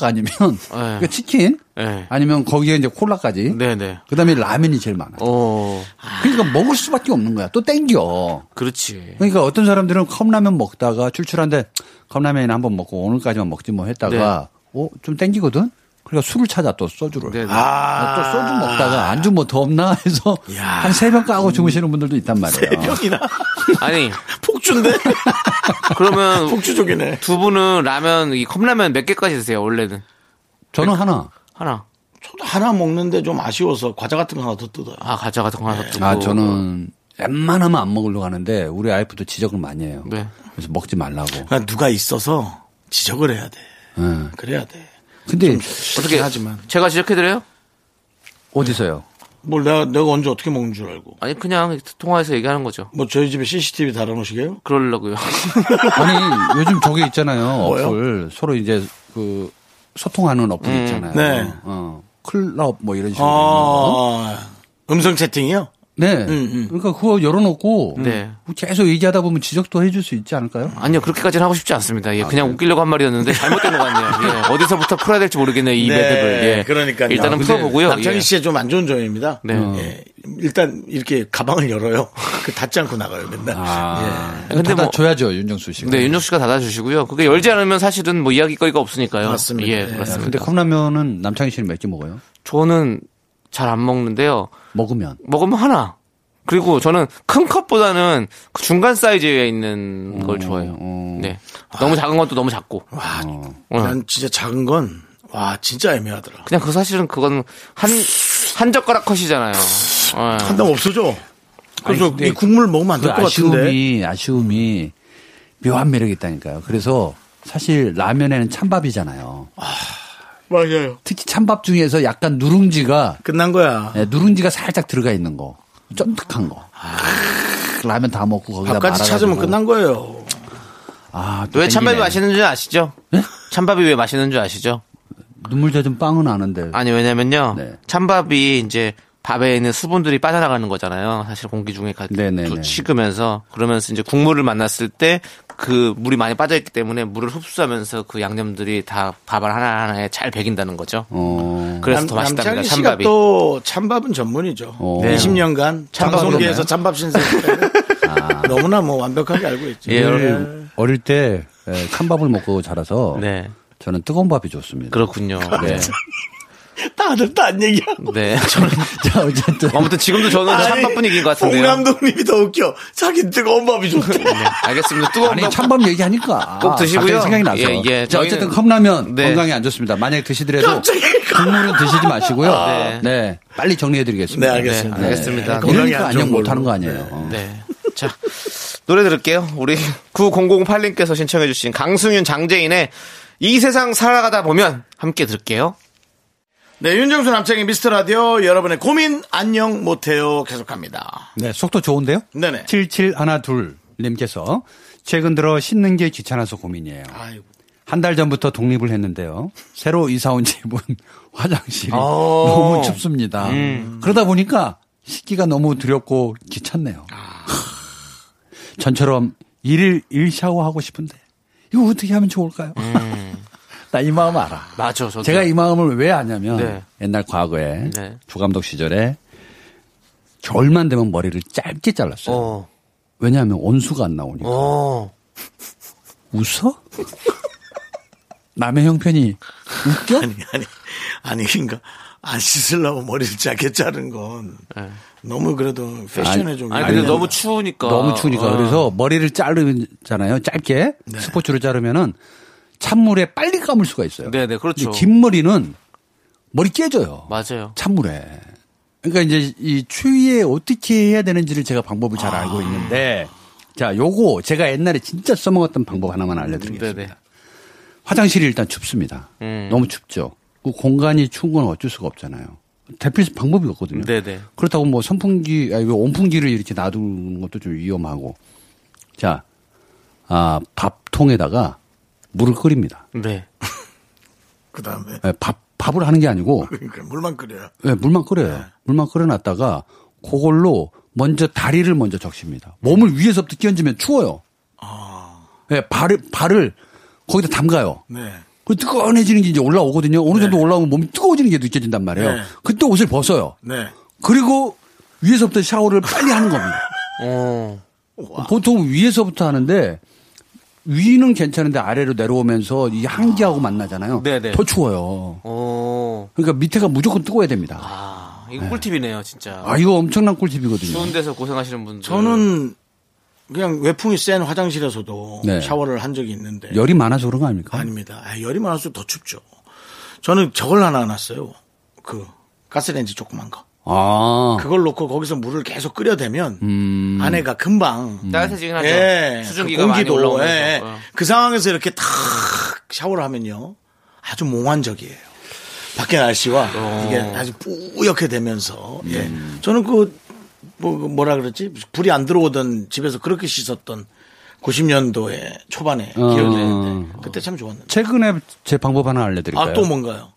[SPEAKER 3] [LAUGHS]
[SPEAKER 7] 아니면 그러니까 치킨
[SPEAKER 3] 네.
[SPEAKER 7] 아니면 거기에 이제 콜라까지
[SPEAKER 3] 네, 네.
[SPEAKER 7] 그다음에 라면이 제일 많아요.
[SPEAKER 3] 어,
[SPEAKER 7] 그러니까 먹을 수밖에 없는 거야. 또 땡겨.
[SPEAKER 3] 그렇지.
[SPEAKER 7] 그러니까 어떤 사람들은 컵라면 먹다가 출출한데 컵라면이나 한번 먹고 오늘까지만 먹지 뭐 했다가 어? 좀 땡기거든? 그러니까 술을 찾아 또 소주를.
[SPEAKER 3] 네, 네.
[SPEAKER 7] 아, 또 소주 먹다가 안주 뭐 더 없나 [LAUGHS] 해서 한 세 병 까고 주무시는 분들도 있단 말이에요.
[SPEAKER 2] 병이나
[SPEAKER 3] 아니,
[SPEAKER 2] [LAUGHS] 폭주인데 [LAUGHS]
[SPEAKER 3] 그러면 [LAUGHS]
[SPEAKER 2] 폭주족이네.
[SPEAKER 3] 두 분은 라면, 이 컵라면 몇 개까지 드세요, 원래는?
[SPEAKER 7] 저는 하나.
[SPEAKER 3] 하나.
[SPEAKER 2] 저도 하나 먹는데 좀 아쉬워서 과자 같은 거 하나 더 뜯어요.
[SPEAKER 3] 아, 과자 같은 거 하나
[SPEAKER 2] 네.
[SPEAKER 3] 더 두고.
[SPEAKER 7] 아, 저는 웬만하면 안 먹으려고 하는데 우리 아이프도 지적을 많이 해요.
[SPEAKER 3] 네.
[SPEAKER 7] 그래서 먹지 말라고.
[SPEAKER 2] 그러니까 누가 있어서 지적을 해야 돼.
[SPEAKER 7] 예.
[SPEAKER 2] 그래야 돼.
[SPEAKER 7] 근데
[SPEAKER 2] 어떻게 하지만
[SPEAKER 3] 제가 지적해드려요?
[SPEAKER 7] 어디서요?
[SPEAKER 2] 뭘 내가 내가 언제 어떻게 먹는 줄 알고.
[SPEAKER 3] 아니, 그냥 통화해서 얘기하는 거죠.
[SPEAKER 2] 뭐 저희 집에 CCTV 달아놓으시게요?
[SPEAKER 3] 그러려고요. [LAUGHS]
[SPEAKER 7] 아니 요즘 저게 있잖아요.
[SPEAKER 2] 뭐요?
[SPEAKER 7] 어플 서로 이제 그 소통하는 어플 있잖아요.
[SPEAKER 2] 네.
[SPEAKER 7] 어, 클럽 뭐
[SPEAKER 3] 음.
[SPEAKER 7] 이런 식으로. 있는 거.
[SPEAKER 2] 아, 음성 채팅이요?
[SPEAKER 7] 네.
[SPEAKER 2] 음.
[SPEAKER 7] 그러니까 그거 열어놓고
[SPEAKER 3] 네.
[SPEAKER 7] 계속 얘기하다 보면 지적도 해줄 수 있지 않을까요?
[SPEAKER 3] 아니요, 그렇게까지는 하고 싶지 않습니다.
[SPEAKER 2] 아,
[SPEAKER 3] 예,
[SPEAKER 2] 네.
[SPEAKER 3] 그냥 웃기려고 한 말이었는데 잘못된 것
[SPEAKER 2] [LAUGHS]
[SPEAKER 3] 같네요. 예, 어디서부터 풀어야 될지 모르겠네요, 이
[SPEAKER 2] 네,
[SPEAKER 3] 매듭을. 예.
[SPEAKER 2] 그러니까요.
[SPEAKER 3] 일단은
[SPEAKER 2] 근데
[SPEAKER 3] 풀어보고요.
[SPEAKER 2] 남창희
[SPEAKER 3] 예.
[SPEAKER 2] 씨의 좀 안 좋은 점입니다.
[SPEAKER 3] 네.
[SPEAKER 2] 예, 일단 이렇게 가방을 열어요. [LAUGHS] 그 닫지 않고 나가요 맨날.
[SPEAKER 7] 아.
[SPEAKER 3] 근데
[SPEAKER 7] 근데
[SPEAKER 3] 뭐-
[SPEAKER 7] 줘야죠 윤정수 씨가.
[SPEAKER 3] 네, 윤정 씨가 닫아주시고요. 그게 열지 않으면 사실은 뭐 이야기거리가 없으니까요.
[SPEAKER 2] 맞습니다.
[SPEAKER 3] 예,
[SPEAKER 2] 네.
[SPEAKER 3] 그렇습니다.
[SPEAKER 7] 근데 컵라면은 남창희 씨는 몇 개 먹어요?
[SPEAKER 3] 저는 잘 안 먹는데요.
[SPEAKER 7] 먹으면
[SPEAKER 3] 먹으면 하나. 그리고 저는 큰 컵보다는 그 중간 사이즈에 있는
[SPEAKER 7] 어,
[SPEAKER 3] 걸 좋아해요. 네. 너무 작은 것도 너무 작고.
[SPEAKER 2] 와,
[SPEAKER 3] 어.
[SPEAKER 2] 난 진짜 작은 건 와, 진짜 애매하더라.
[SPEAKER 3] 그냥 그 사실은 그건 한, 한 젓가락 컷이잖아요. 예.
[SPEAKER 2] 한담 없어져. 그래서
[SPEAKER 7] 아니, 근데
[SPEAKER 2] 이 국물 먹으면 안 될
[SPEAKER 7] 그
[SPEAKER 2] 것 같은데.
[SPEAKER 7] 아쉬움이 아쉬움이 묘한 매력이 있다니까요. 그래서 사실 라면에는 찬밥이잖아요.
[SPEAKER 2] 맞아요.
[SPEAKER 7] 특히 찬밥 중에서 약간 누룽지가
[SPEAKER 2] 끝난 거야.
[SPEAKER 7] 네, 누룽지가 살짝 들어가 있는 거. 쫀득한 거. 라면 다 먹고 거기다
[SPEAKER 2] 밥까지
[SPEAKER 7] 네, 말아가지고.
[SPEAKER 2] 찾으면 끝난 거예요.
[SPEAKER 7] 아, 또
[SPEAKER 3] 왜
[SPEAKER 7] 땡기네. 네?
[SPEAKER 3] 찬밥이 맛있는 줄 아시죠? 찬밥이 왜 맛있는 줄 아시죠?
[SPEAKER 7] 눈물 젖은 빵은 아는데.
[SPEAKER 3] 음. 아니 왜냐면요
[SPEAKER 7] 네.
[SPEAKER 3] 찬밥이 이제 밥에 있는 수분들이 빠져나가는 거잖아요. 사실 공기 중에 가,
[SPEAKER 7] 네네네.
[SPEAKER 3] 두- 식으면서 그러면서 이제 국물을 만났을 때 그 물이 많이 빠져있기 때문에 물을 흡수하면서 그 양념들이 다 밥을 하나 하나에 잘 배긴다는 거죠.
[SPEAKER 7] 어.
[SPEAKER 3] 그래서
[SPEAKER 2] 남-
[SPEAKER 3] 더 맛있답니다.
[SPEAKER 2] 남창희 씨가
[SPEAKER 3] 찬밥이.
[SPEAKER 2] 또 찬밥은 전문이죠.
[SPEAKER 7] 어.
[SPEAKER 2] 20년간
[SPEAKER 3] 찬밥으로
[SPEAKER 2] 방송계에서
[SPEAKER 3] 나요?
[SPEAKER 2] 찬밥
[SPEAKER 7] [LAUGHS]
[SPEAKER 2] 신세 너무나 뭐 완벽하게 알고 있죠.
[SPEAKER 3] 예, 여러분.
[SPEAKER 7] 늘 어릴 때 예, 찬밥을 먹고 자라서
[SPEAKER 3] 네
[SPEAKER 7] 저는 뜨거운 밥이 좋습니다.
[SPEAKER 3] 그렇군요.
[SPEAKER 2] 아,
[SPEAKER 3] 네.
[SPEAKER 2] 다들 다 안 얘기야.
[SPEAKER 3] 네. [LAUGHS] 저는
[SPEAKER 7] 자, [LAUGHS] 어쨌든
[SPEAKER 3] 아무튼 지금도 저는 찬밥 분위기인 것 같은데요.
[SPEAKER 2] 홍 감독님이 더 웃겨. 자기 뜨거운 밥이 좋대.
[SPEAKER 3] 네, 알겠습니다. 뜨거운
[SPEAKER 7] 아니
[SPEAKER 3] 밥-
[SPEAKER 7] 찬밥 얘기하니까
[SPEAKER 3] [LAUGHS] 꼭 드시고요.
[SPEAKER 7] 갑자기 생각이 나서.
[SPEAKER 3] 예, 예.
[SPEAKER 7] 자,
[SPEAKER 3] 저희는-
[SPEAKER 7] 어쨌든 컵라면
[SPEAKER 3] 네.
[SPEAKER 7] 건강에 안 좋습니다. 만약에 드시더라도
[SPEAKER 2] 갑자기
[SPEAKER 7] 국물은 드시지 마시고요.
[SPEAKER 3] 네.
[SPEAKER 7] 네. 빨리 정리해 드리겠습니다.
[SPEAKER 2] 네, 알겠습니다.
[SPEAKER 3] 네, 알겠습니다.
[SPEAKER 2] 네. 건강에
[SPEAKER 7] 그러니까
[SPEAKER 2] 안 좋은
[SPEAKER 7] 안녕 못 하는
[SPEAKER 2] 걸로.
[SPEAKER 7] 거 아니에요. 어.
[SPEAKER 3] 네. 자, 노래 들을게요. 우리 9008님께서 신청해주신 강승윤 장재인의 이 세상 살아가다 보면 함께 들을게요.
[SPEAKER 2] 네, 윤정수 남창의 미스터 라디오 여러분의 고민 안녕 못해요 계속합니다.
[SPEAKER 7] 네, 속도 좋은데요?
[SPEAKER 2] 네네.
[SPEAKER 7] 7712님께서 최근 들어 씻는 게 귀찮아서 고민이에요.
[SPEAKER 2] 아이고.
[SPEAKER 7] 한 달 전부터 독립을 했는데요. 새로 이사 온 집은 [LAUGHS] 화장실이 너무 춥습니다. 그러다 보니까 씻기가 너무 두렵고 귀찮네요. [LAUGHS] 전처럼 일일 일 샤워하고 싶은데 이거 어떻게 하면 좋을까요? [LAUGHS] 나 이 마음 알아.
[SPEAKER 3] 맞아, 저도.
[SPEAKER 7] 제가 이 마음을 왜 아냐면
[SPEAKER 3] 네.
[SPEAKER 7] 옛날 과거에
[SPEAKER 3] 네.
[SPEAKER 7] 조감독 시절에 겨울만 되면 머리를 짧게 잘랐어요.
[SPEAKER 3] 어,
[SPEAKER 7] 왜냐하면 온수가 안 나오니까.
[SPEAKER 3] 어.
[SPEAKER 7] 웃어? 남의 형편이 웃겨?
[SPEAKER 2] 아니, 아니, 아니, 그러니까, 안 씻으려고 머리를 짧게 자른 건 너무 그래도 패션에 좀. 네.
[SPEAKER 3] 아니, 근데
[SPEAKER 2] 아니, 예.
[SPEAKER 3] 너무 추우니까.
[SPEAKER 7] 너무 추우니까.
[SPEAKER 3] 어. 네.
[SPEAKER 7] 그래서 머리를 자르잖아요. 짧게. 스포츠로 자르면은 찬물에 빨리 감을 수가 있어요.
[SPEAKER 3] 네네, 그렇죠.
[SPEAKER 7] 근데 긴 머리는 머리 깨져요.
[SPEAKER 3] 맞아요.
[SPEAKER 7] 찬물에. 그러니까 이제 이 추위에 어떻게 해야 되는지를 제가 방법을 잘
[SPEAKER 3] 아.
[SPEAKER 7] 알고 있는데 자, 요거 제가 옛날에 진짜 써먹었던 방법 하나만 알려드리겠습니다.
[SPEAKER 3] 네네. 음.
[SPEAKER 7] 화장실이 일단 춥습니다. 너무 춥죠. 그 공간이 추운 건 어쩔 수가 없잖아요. 대필 방법이 없거든요.
[SPEAKER 3] 네네.
[SPEAKER 7] 그렇다고 뭐 선풍기, 아니, 왜 온풍기를 이렇게 놔두는 것도 좀 위험하고. 자, 아, 밥통에다가 물을 끓입니다.
[SPEAKER 3] 네.
[SPEAKER 2] 그 다음에.
[SPEAKER 7] 예, 밥, 밥을 하는 게 아니고
[SPEAKER 2] 그러니까, 물만 끓여요.
[SPEAKER 7] 예, 물만 끓여요. 물만 끓여놨다가 그걸로 먼저 다리를 먼저 적십니다. 몸을 위에서부터 끼얹으면 추워요. 예, 발을, 발을 거기다 담가요.
[SPEAKER 2] 네.
[SPEAKER 7] 그 뜨거워지는 게 이제 올라오거든요. 어느 정도 올라오면 몸이 뜨거워지는 게 느껴진단 말이에요.
[SPEAKER 2] 네.
[SPEAKER 7] 그때 옷을 벗어요.
[SPEAKER 2] 네.
[SPEAKER 7] 그리고 위에서부터 샤워를 빨리 하는 겁니다.
[SPEAKER 3] 어.
[SPEAKER 7] 보통 위에서부터 하는데 위는 괜찮은데 아래로 내려오면서 이 한기하고 만나잖아요.
[SPEAKER 3] 네네.
[SPEAKER 7] 더 추워요.
[SPEAKER 3] 어.
[SPEAKER 7] 그러니까 밑에가 무조건 뜨거워야 됩니다.
[SPEAKER 3] 아, 이거 꿀팁이네요, 진짜.
[SPEAKER 7] 아, 이거 엄청난 꿀팁이거든요.
[SPEAKER 3] 추운 데서 고생하시는 분들.
[SPEAKER 2] 저는 그냥 외풍이 센 화장실에서도
[SPEAKER 7] 네.
[SPEAKER 2] 샤워를 한 적이 있는데.
[SPEAKER 7] 열이 많아서 그런 거 아닙니까?
[SPEAKER 2] 아닙니다. 아, 열이 많아서 더 춥죠. 저는 저걸 하나 놨어요. 그, 가스레인지 조그만 거.
[SPEAKER 7] 아,
[SPEAKER 2] 그걸 놓고 거기서 물을 계속 끓여대면
[SPEAKER 7] 음.
[SPEAKER 2] 안에가 금방
[SPEAKER 7] 네.
[SPEAKER 3] 따뜻해지긴 하죠.
[SPEAKER 2] 예,
[SPEAKER 3] 수증기가
[SPEAKER 2] 그
[SPEAKER 3] 많이 올라오면서.
[SPEAKER 2] 예,
[SPEAKER 3] 어.
[SPEAKER 2] 그 상황에서 이렇게 탁 샤워를 하면요 아주 몽환적이에요. 밖에 날씨와
[SPEAKER 3] 어.
[SPEAKER 2] 이게 아주 뿌옇게 되면서 예.
[SPEAKER 7] 음.
[SPEAKER 2] 저는 그 뭐, 그 뭐라 그랬지 불이 안 들어오던 집에서 그렇게 씻었던 90년도에 초반에
[SPEAKER 7] 어.
[SPEAKER 2] 기억이 나는데 그때 참 좋았는데
[SPEAKER 7] 최근에 제 방법 하나 알려드릴까요?
[SPEAKER 2] 아 또 뭔가요?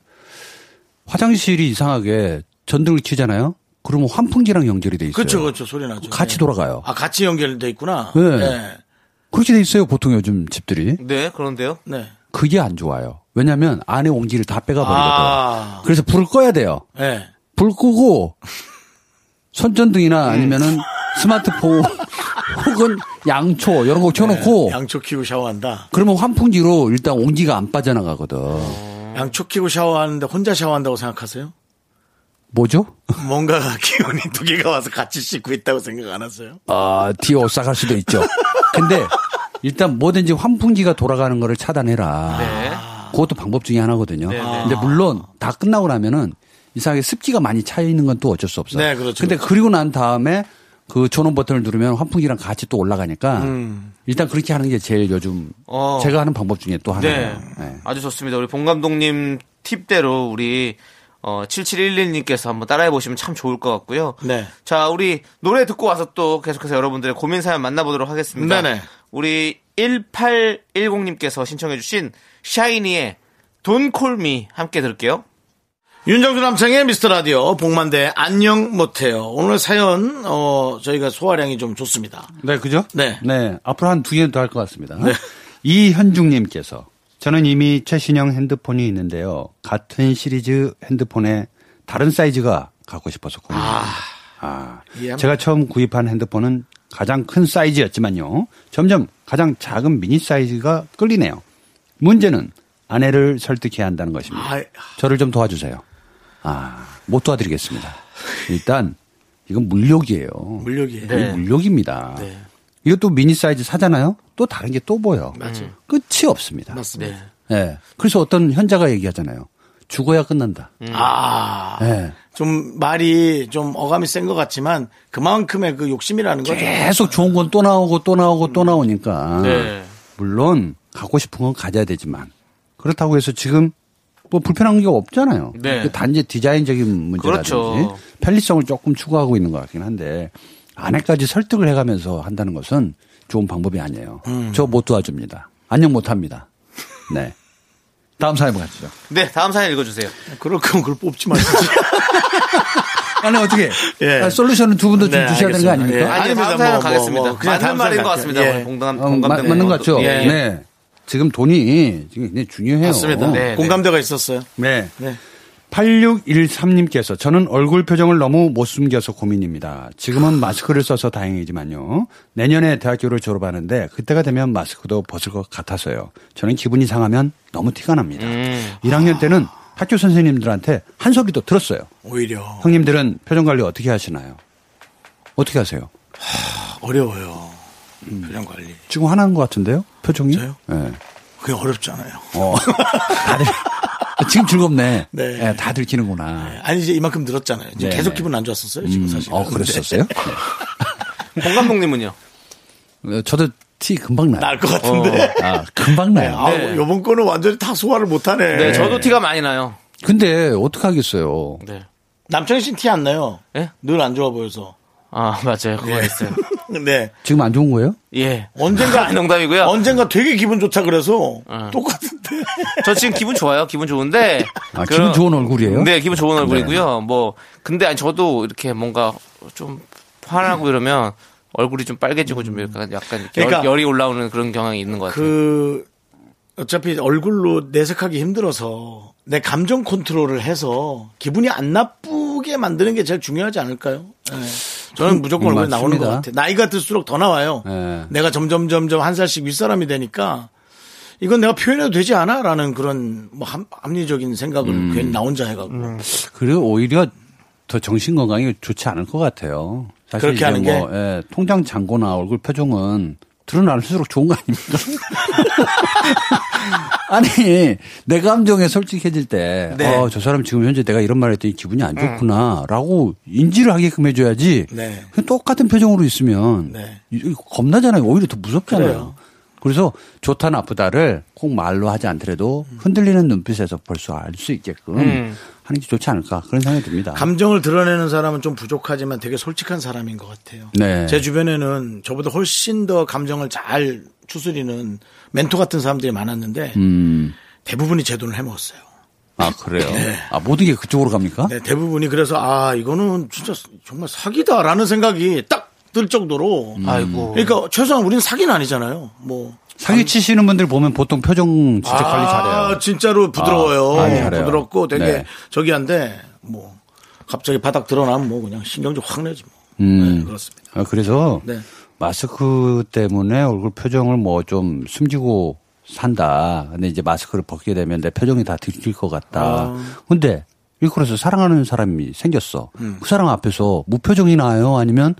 [SPEAKER 7] 화장실이 이상하게 전등을 켜잖아요. 그러면 환풍기랑 연결이 돼 있어요.
[SPEAKER 2] 그렇죠 그렇죠 소리 나죠.
[SPEAKER 7] 같이
[SPEAKER 2] 예.
[SPEAKER 7] 돌아가요.
[SPEAKER 2] 아 같이 연결돼 있구나.
[SPEAKER 7] 네.
[SPEAKER 2] 예.
[SPEAKER 7] 그렇게 돼 있어요. 보통 요즘 집들이
[SPEAKER 3] 네, 그런데요.
[SPEAKER 2] 네.
[SPEAKER 7] 그게 안 좋아요. 왜냐하면 안에 온기를 다 빼가 버리거든.
[SPEAKER 2] 아.
[SPEAKER 7] 요 그래서 불을 꺼야 돼요.
[SPEAKER 2] 예.
[SPEAKER 7] 불 끄고 손전등이나 아니면은 스마트폰 [LAUGHS] 혹은 양초 이런 거 켜놓고
[SPEAKER 2] 양초 키고 샤워한다.
[SPEAKER 7] 그러면 환풍기로 일단 온기가 안 빠져나가거든.
[SPEAKER 2] 양초 키고 샤워하는데 혼자 샤워한다고 생각하세요?
[SPEAKER 7] 뭐죠?
[SPEAKER 2] 뭔가가 기운이 두 개가 와서 같이 씻고 있다고 생각 안 하세요?
[SPEAKER 7] 아, 뒤에 오싹할 수도 있죠. 근데 일단 뭐든지 환풍기가 돌아가는 거를 차단해라.
[SPEAKER 3] 네.
[SPEAKER 7] 그것도 방법 중에 하나거든요.
[SPEAKER 3] 네.
[SPEAKER 7] 근데 물론 다 끝나고 나면은 이상하게 습기가 많이 차 있는 건 또 어쩔 수 없어요.
[SPEAKER 2] 네, 그렇죠.
[SPEAKER 7] 근데 그리고 난 다음에 그 전원 버튼을 누르면 환풍기랑 같이 또 올라가니까 일단 그렇게 하는 게 제일 요즘
[SPEAKER 3] 어.
[SPEAKER 7] 제가 하는 방법 중에 또
[SPEAKER 3] 네.
[SPEAKER 7] 하나예요. 네.
[SPEAKER 3] 아주 좋습니다. 우리 봉 감독님 팁대로 우리 어, 7711님께서 한번 따라해 보시면 참 좋을 것 같고요.
[SPEAKER 2] 네.
[SPEAKER 3] 자, 우리 노래 듣고 와서 또 계속해서 여러분들의 고민 사연 만나보도록 하겠습니다.
[SPEAKER 2] 네네.
[SPEAKER 3] 우리 1810님께서 신청해주신 샤이니의 Don't Call Me 함께 들을게요.
[SPEAKER 2] 윤정수 남창의 미스터 라디오 복만대 안녕 못해요. 오늘 사연 어 저희가 소화량이 좀 좋습니다.
[SPEAKER 7] 네, 그죠?
[SPEAKER 2] 네.
[SPEAKER 7] 앞으로 한 두 개는 더 할 것 같습니다. 이현중님께서 저는 이미 최신형 핸드폰이 있는데요. 같은 시리즈 핸드폰에 다른 사이즈가 갖고 싶어서 구입. 아,
[SPEAKER 2] 이해합니다.
[SPEAKER 7] 제가 처음 구입한 핸드폰은 가장 큰 사이즈였지만요. 점점 가장 작은 미니 사이즈가 끌리네요. 문제는 아내를 설득해야 한다는 것입니다.
[SPEAKER 2] 아,
[SPEAKER 7] 저를 좀 도와주세요. 아, 못 도와드리겠습니다. 일단 이건 물욕이에요.
[SPEAKER 2] 물욕이에요.
[SPEAKER 7] 이건 물욕입니다. 이것도 미니 사이즈 사잖아요. 또 다른 게 또 보여. 음. 맞아요. 끝이 없습니다.
[SPEAKER 2] 맞습니다.
[SPEAKER 7] 예. 그래서 어떤 현자가 얘기하잖아요. 죽어야 끝난다.
[SPEAKER 2] 아,
[SPEAKER 3] 네.
[SPEAKER 7] 예.
[SPEAKER 2] 좀 말이 좀 어감이 센 것 같지만 그만큼의 그 욕심이라는 거죠.
[SPEAKER 3] 네.
[SPEAKER 7] 계속 좋은 건 또 나오고 또 나오고 또
[SPEAKER 3] 네.
[SPEAKER 7] 네. 나오니까. 물론 갖고 싶은 건 가져야 되지만 그렇다고 해서 지금 뭐 불편한 게 없잖아요.
[SPEAKER 3] 네.
[SPEAKER 7] 단지 디자인적인 문제라든지
[SPEAKER 3] 그렇죠.
[SPEAKER 7] 편리성을 조금 추구하고 있는 것 같긴 한데 아내까지 설득을 해가면서 한다는 것은 좋은 방법이 아니에요.
[SPEAKER 2] 음.
[SPEAKER 7] 저 못 도와줍니다. 안녕 못 합니다. 네. 다음 사연 가시죠.
[SPEAKER 6] 네, 다음 사연 읽어주세요.
[SPEAKER 2] 그럴 거면 그걸 뽑지 마시지.
[SPEAKER 3] 네,
[SPEAKER 7] 아니 어떻게?
[SPEAKER 2] [LAUGHS] 예.
[SPEAKER 7] 아, 솔루션은 두 분도 좀
[SPEAKER 2] 네,
[SPEAKER 7] 주셔야 되는 거
[SPEAKER 2] 알겠습니다. 예.
[SPEAKER 7] 아닙니까?
[SPEAKER 3] 아니,
[SPEAKER 2] 아닙니다.
[SPEAKER 3] 다음 사연
[SPEAKER 2] 뭐,
[SPEAKER 3] 가겠습니다.
[SPEAKER 2] 뭐, 뭐, 그냥
[SPEAKER 6] 맞는
[SPEAKER 2] 다음
[SPEAKER 6] 말인
[SPEAKER 2] 사연
[SPEAKER 6] 것
[SPEAKER 2] 갈게요.
[SPEAKER 6] 같습니다.
[SPEAKER 2] 예.
[SPEAKER 6] 오늘 봉담,
[SPEAKER 7] 어, 마-
[SPEAKER 6] 봉감된
[SPEAKER 7] 맞는 것 같죠.
[SPEAKER 6] 예, 예.
[SPEAKER 7] 네. 지금 돈이 지금 굉장히 중요해요.
[SPEAKER 2] 맞습니다.
[SPEAKER 3] 네, 네.
[SPEAKER 2] 공감대가 있었어요.
[SPEAKER 7] 네.
[SPEAKER 2] 네.
[SPEAKER 7] 8613님께서 저는 얼굴 표정을 너무 못 숨겨서 고민입니다. 지금은 마스크를 써서 다행이지만요. 내년에 대학교를 졸업하는데 그때가 되면 마스크도 벗을 것 같아서요. 저는 기분이 상하면 너무 티가 납니다.
[SPEAKER 2] 음.
[SPEAKER 7] 1학년 때는 학교 선생님들한테 한 소리도 들었어요.
[SPEAKER 2] 오히려
[SPEAKER 7] 형님들은 표정 관리 어떻게 하시나요? 어떻게 하세요?
[SPEAKER 2] 어려워요. 표정 관리.
[SPEAKER 7] 지금 화난 것 같은데요? 표정이?
[SPEAKER 2] 저요?
[SPEAKER 7] 예.
[SPEAKER 2] 그게 어렵잖아요.
[SPEAKER 7] 어. [LAUGHS] 다들 지금 즐겁네.
[SPEAKER 2] 네.
[SPEAKER 7] 예, 다 들키는구나.
[SPEAKER 2] 아니 이제 이만큼 늘었잖아요. 이제
[SPEAKER 7] 네.
[SPEAKER 2] 계속 기분 안 좋았었어요. 지금 사실. 네.
[SPEAKER 7] 어, 그랬었어요?
[SPEAKER 3] 공감독님은요?
[SPEAKER 7] 어, 저도 티 금방 나요.
[SPEAKER 2] 날 것 같은데.
[SPEAKER 7] 아, 금방 나요.
[SPEAKER 2] 아우, 요번 거는 완전히 다 소화를 못하네.
[SPEAKER 3] 네, 저도 티가 많이 나요.
[SPEAKER 2] 네.
[SPEAKER 7] 근데 어떡하겠어요.
[SPEAKER 3] 네.
[SPEAKER 2] 남창희 씨는 티 안 나요.
[SPEAKER 3] 예?
[SPEAKER 2] 늘 안 좋아 보여서.
[SPEAKER 3] 아, 맞아요. 그거 있어요.
[SPEAKER 2] 네.
[SPEAKER 7] 지금 안 좋은 거예요?
[SPEAKER 3] 예.
[SPEAKER 2] 언젠가
[SPEAKER 3] 아니, 농담이고요.
[SPEAKER 2] 언젠가 되게 기분 좋다 그래서
[SPEAKER 3] 어.
[SPEAKER 2] 똑같은데.
[SPEAKER 3] 저 지금 기분 좋아요. 기분 좋은데.
[SPEAKER 7] 아, 기분 좋은 얼굴이에요?
[SPEAKER 3] 네, 기분 좋은 얼굴이고요. 뭐, 근데 아니, 저도 이렇게 뭔가 좀 화나고 이러면 얼굴이 좀 빨개지고 좀 약간, 약간 이렇게
[SPEAKER 2] 그러니까
[SPEAKER 3] 열, 열이 올라오는 그런 경향이 있는 것 같아요.
[SPEAKER 2] 그 어차피 얼굴로 내색하기 힘들어서 내 감정 컨트롤을 해서 기분이 안 나쁘게 만드는 게 제일 중요하지 않을까요? 예. 저는 무조건
[SPEAKER 7] 음,
[SPEAKER 2] 얼굴이 나오는 것
[SPEAKER 7] 맞습니다.
[SPEAKER 2] 같아요. 나이가 들수록 더 나와요.
[SPEAKER 7] 예.
[SPEAKER 2] 내가 점점 점점 한 살씩 윗사람이 되니까 이건 내가 표현해도 되지 않아라는 그런 뭐 합- 합리적인 생각을
[SPEAKER 7] 음.
[SPEAKER 2] 괜히 나 혼자 해가고
[SPEAKER 7] 그리고 오히려 더 정신 건강이 좋지 않을 것 같아요. 사실
[SPEAKER 2] 그렇게
[SPEAKER 7] 이제
[SPEAKER 2] 하는
[SPEAKER 7] 뭐, 예, 통장 잔고나 얼굴 표정은 드러날수록 좋은 거 아닙니까? [LAUGHS] 아니, 내 감정에 솔직해질 때,
[SPEAKER 2] 네.
[SPEAKER 7] 어, 저 사람 지금 현재 내가 이런 말 했더니 기분이 안 좋구나, 라고 인지를 하게끔 해줘야지,
[SPEAKER 2] 음. 네.
[SPEAKER 7] 그냥 똑같은 표정으로 있으면,
[SPEAKER 2] 네.
[SPEAKER 7] 이- 겁나잖아요. 오히려 더
[SPEAKER 2] 그래요.
[SPEAKER 7] 무섭잖아요. 그래서 좋다 나쁘다를 꼭 말로 하지 않더라도 흔들리는 눈빛에서 벌써 알 수 있게끔 하는 게 좋지 않을까 그런 생각이 듭니다.
[SPEAKER 2] 음. 감정을 드러내는 사람은 좀 부족하지만 되게 솔직한 사람인 것 같아요.
[SPEAKER 7] 네.
[SPEAKER 2] 제 주변에는 저보다 훨씬 더 감정을 잘 추스리는 멘토 같은 사람들이 많았는데
[SPEAKER 7] 음.
[SPEAKER 2] 대부분이 제 돈을 해먹었어요.
[SPEAKER 7] 아 그래요. 아 모든 게 그쪽으로 갑니까?
[SPEAKER 2] 네, 대부분이 그래서 아 이거는 진짜 정말 사기다라는 생각이 딱 들 정도로.
[SPEAKER 7] 음.
[SPEAKER 3] 아이고.
[SPEAKER 2] 그러니까 최소한 우리는 사기는 아니잖아요. 뭐
[SPEAKER 7] 사기 치시는 분들 보면 보통 표정 진짜 관리 잘해요.
[SPEAKER 2] 아, 진짜로 부드러워요.
[SPEAKER 7] 아, 잘해요.
[SPEAKER 2] 부드럽고 되게
[SPEAKER 7] 네.
[SPEAKER 2] 저기한데 뭐 갑자기 바닥 드러나면 뭐 그냥 신경질 확 내지 뭐.
[SPEAKER 7] 음.
[SPEAKER 2] 네, 그렇습니다.
[SPEAKER 7] 아, 그래서
[SPEAKER 2] 네.
[SPEAKER 7] 마스크 때문에 얼굴 표정을 뭐 좀 숨기고 산다. 근데 이제 마스크를 벗게 되면 내 표정이 다 들킬 것 같다.
[SPEAKER 2] 아.
[SPEAKER 7] 근데 일컬어서 사랑하는 사람이 생겼어.
[SPEAKER 2] 음.
[SPEAKER 7] 그 사람 앞에서 무표정이 나요? 아니면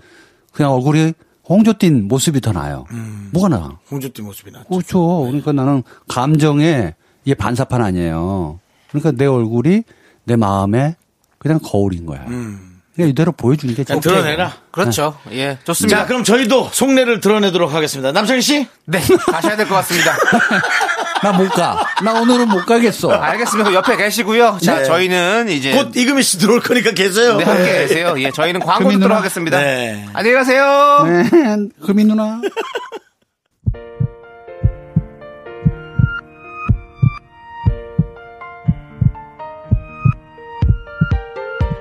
[SPEAKER 7] 그냥 얼굴이 홍조띤 모습이 더 나요?
[SPEAKER 2] 음.
[SPEAKER 7] 뭐가 나?
[SPEAKER 2] 홍조띠 모습이 나.
[SPEAKER 7] 그렇죠. 그러니까 나는 감정에 이게 반사판 아니에요. 그러니까 내 얼굴이 내 마음에 그냥 거울인 거야. 그냥 이대로 보여주는 게
[SPEAKER 2] 음. 그냥
[SPEAKER 7] 제일
[SPEAKER 2] 드러내라.
[SPEAKER 3] 그렇죠. 예. 좋습니다.
[SPEAKER 2] 자, 그럼 저희도 속내를 드러내도록 하겠습니다. 남창희 씨?
[SPEAKER 3] 네. 가셔야 될 것 같습니다.
[SPEAKER 7] 나 못 가. 나 오늘은 못 가겠어.
[SPEAKER 3] [LAUGHS] 알겠습니다. 그럼 옆에 계시고요. 자, 저희는 이제.
[SPEAKER 2] 곧 이금희 씨 들어올 거니까 계세요.
[SPEAKER 3] 네, 함께 계세요. 예, 저희는 광고
[SPEAKER 7] 금이
[SPEAKER 3] 듣도록
[SPEAKER 7] 누나.
[SPEAKER 3] 하겠습니다.
[SPEAKER 2] 네.
[SPEAKER 3] 안녕히 가세요.
[SPEAKER 7] 금이 누나.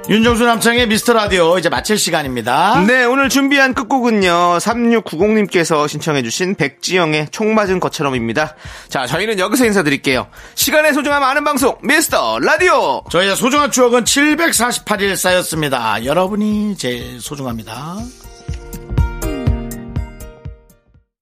[SPEAKER 2] 윤정수 남창의 미스터 라디오 이제 마칠 시간입니다.
[SPEAKER 3] 네, 오늘 준비한 끝곡은요. 3690님께서 신청해주신 백지영의 총 맞은 것처럼입니다. 자, 저희는 여기서 인사드릴게요. 시간의 소중함 아는 방송, 미스터 라디오!
[SPEAKER 2] 저희의 소중한 추억은 748일 쌓였습니다. 여러분이 제일 소중합니다.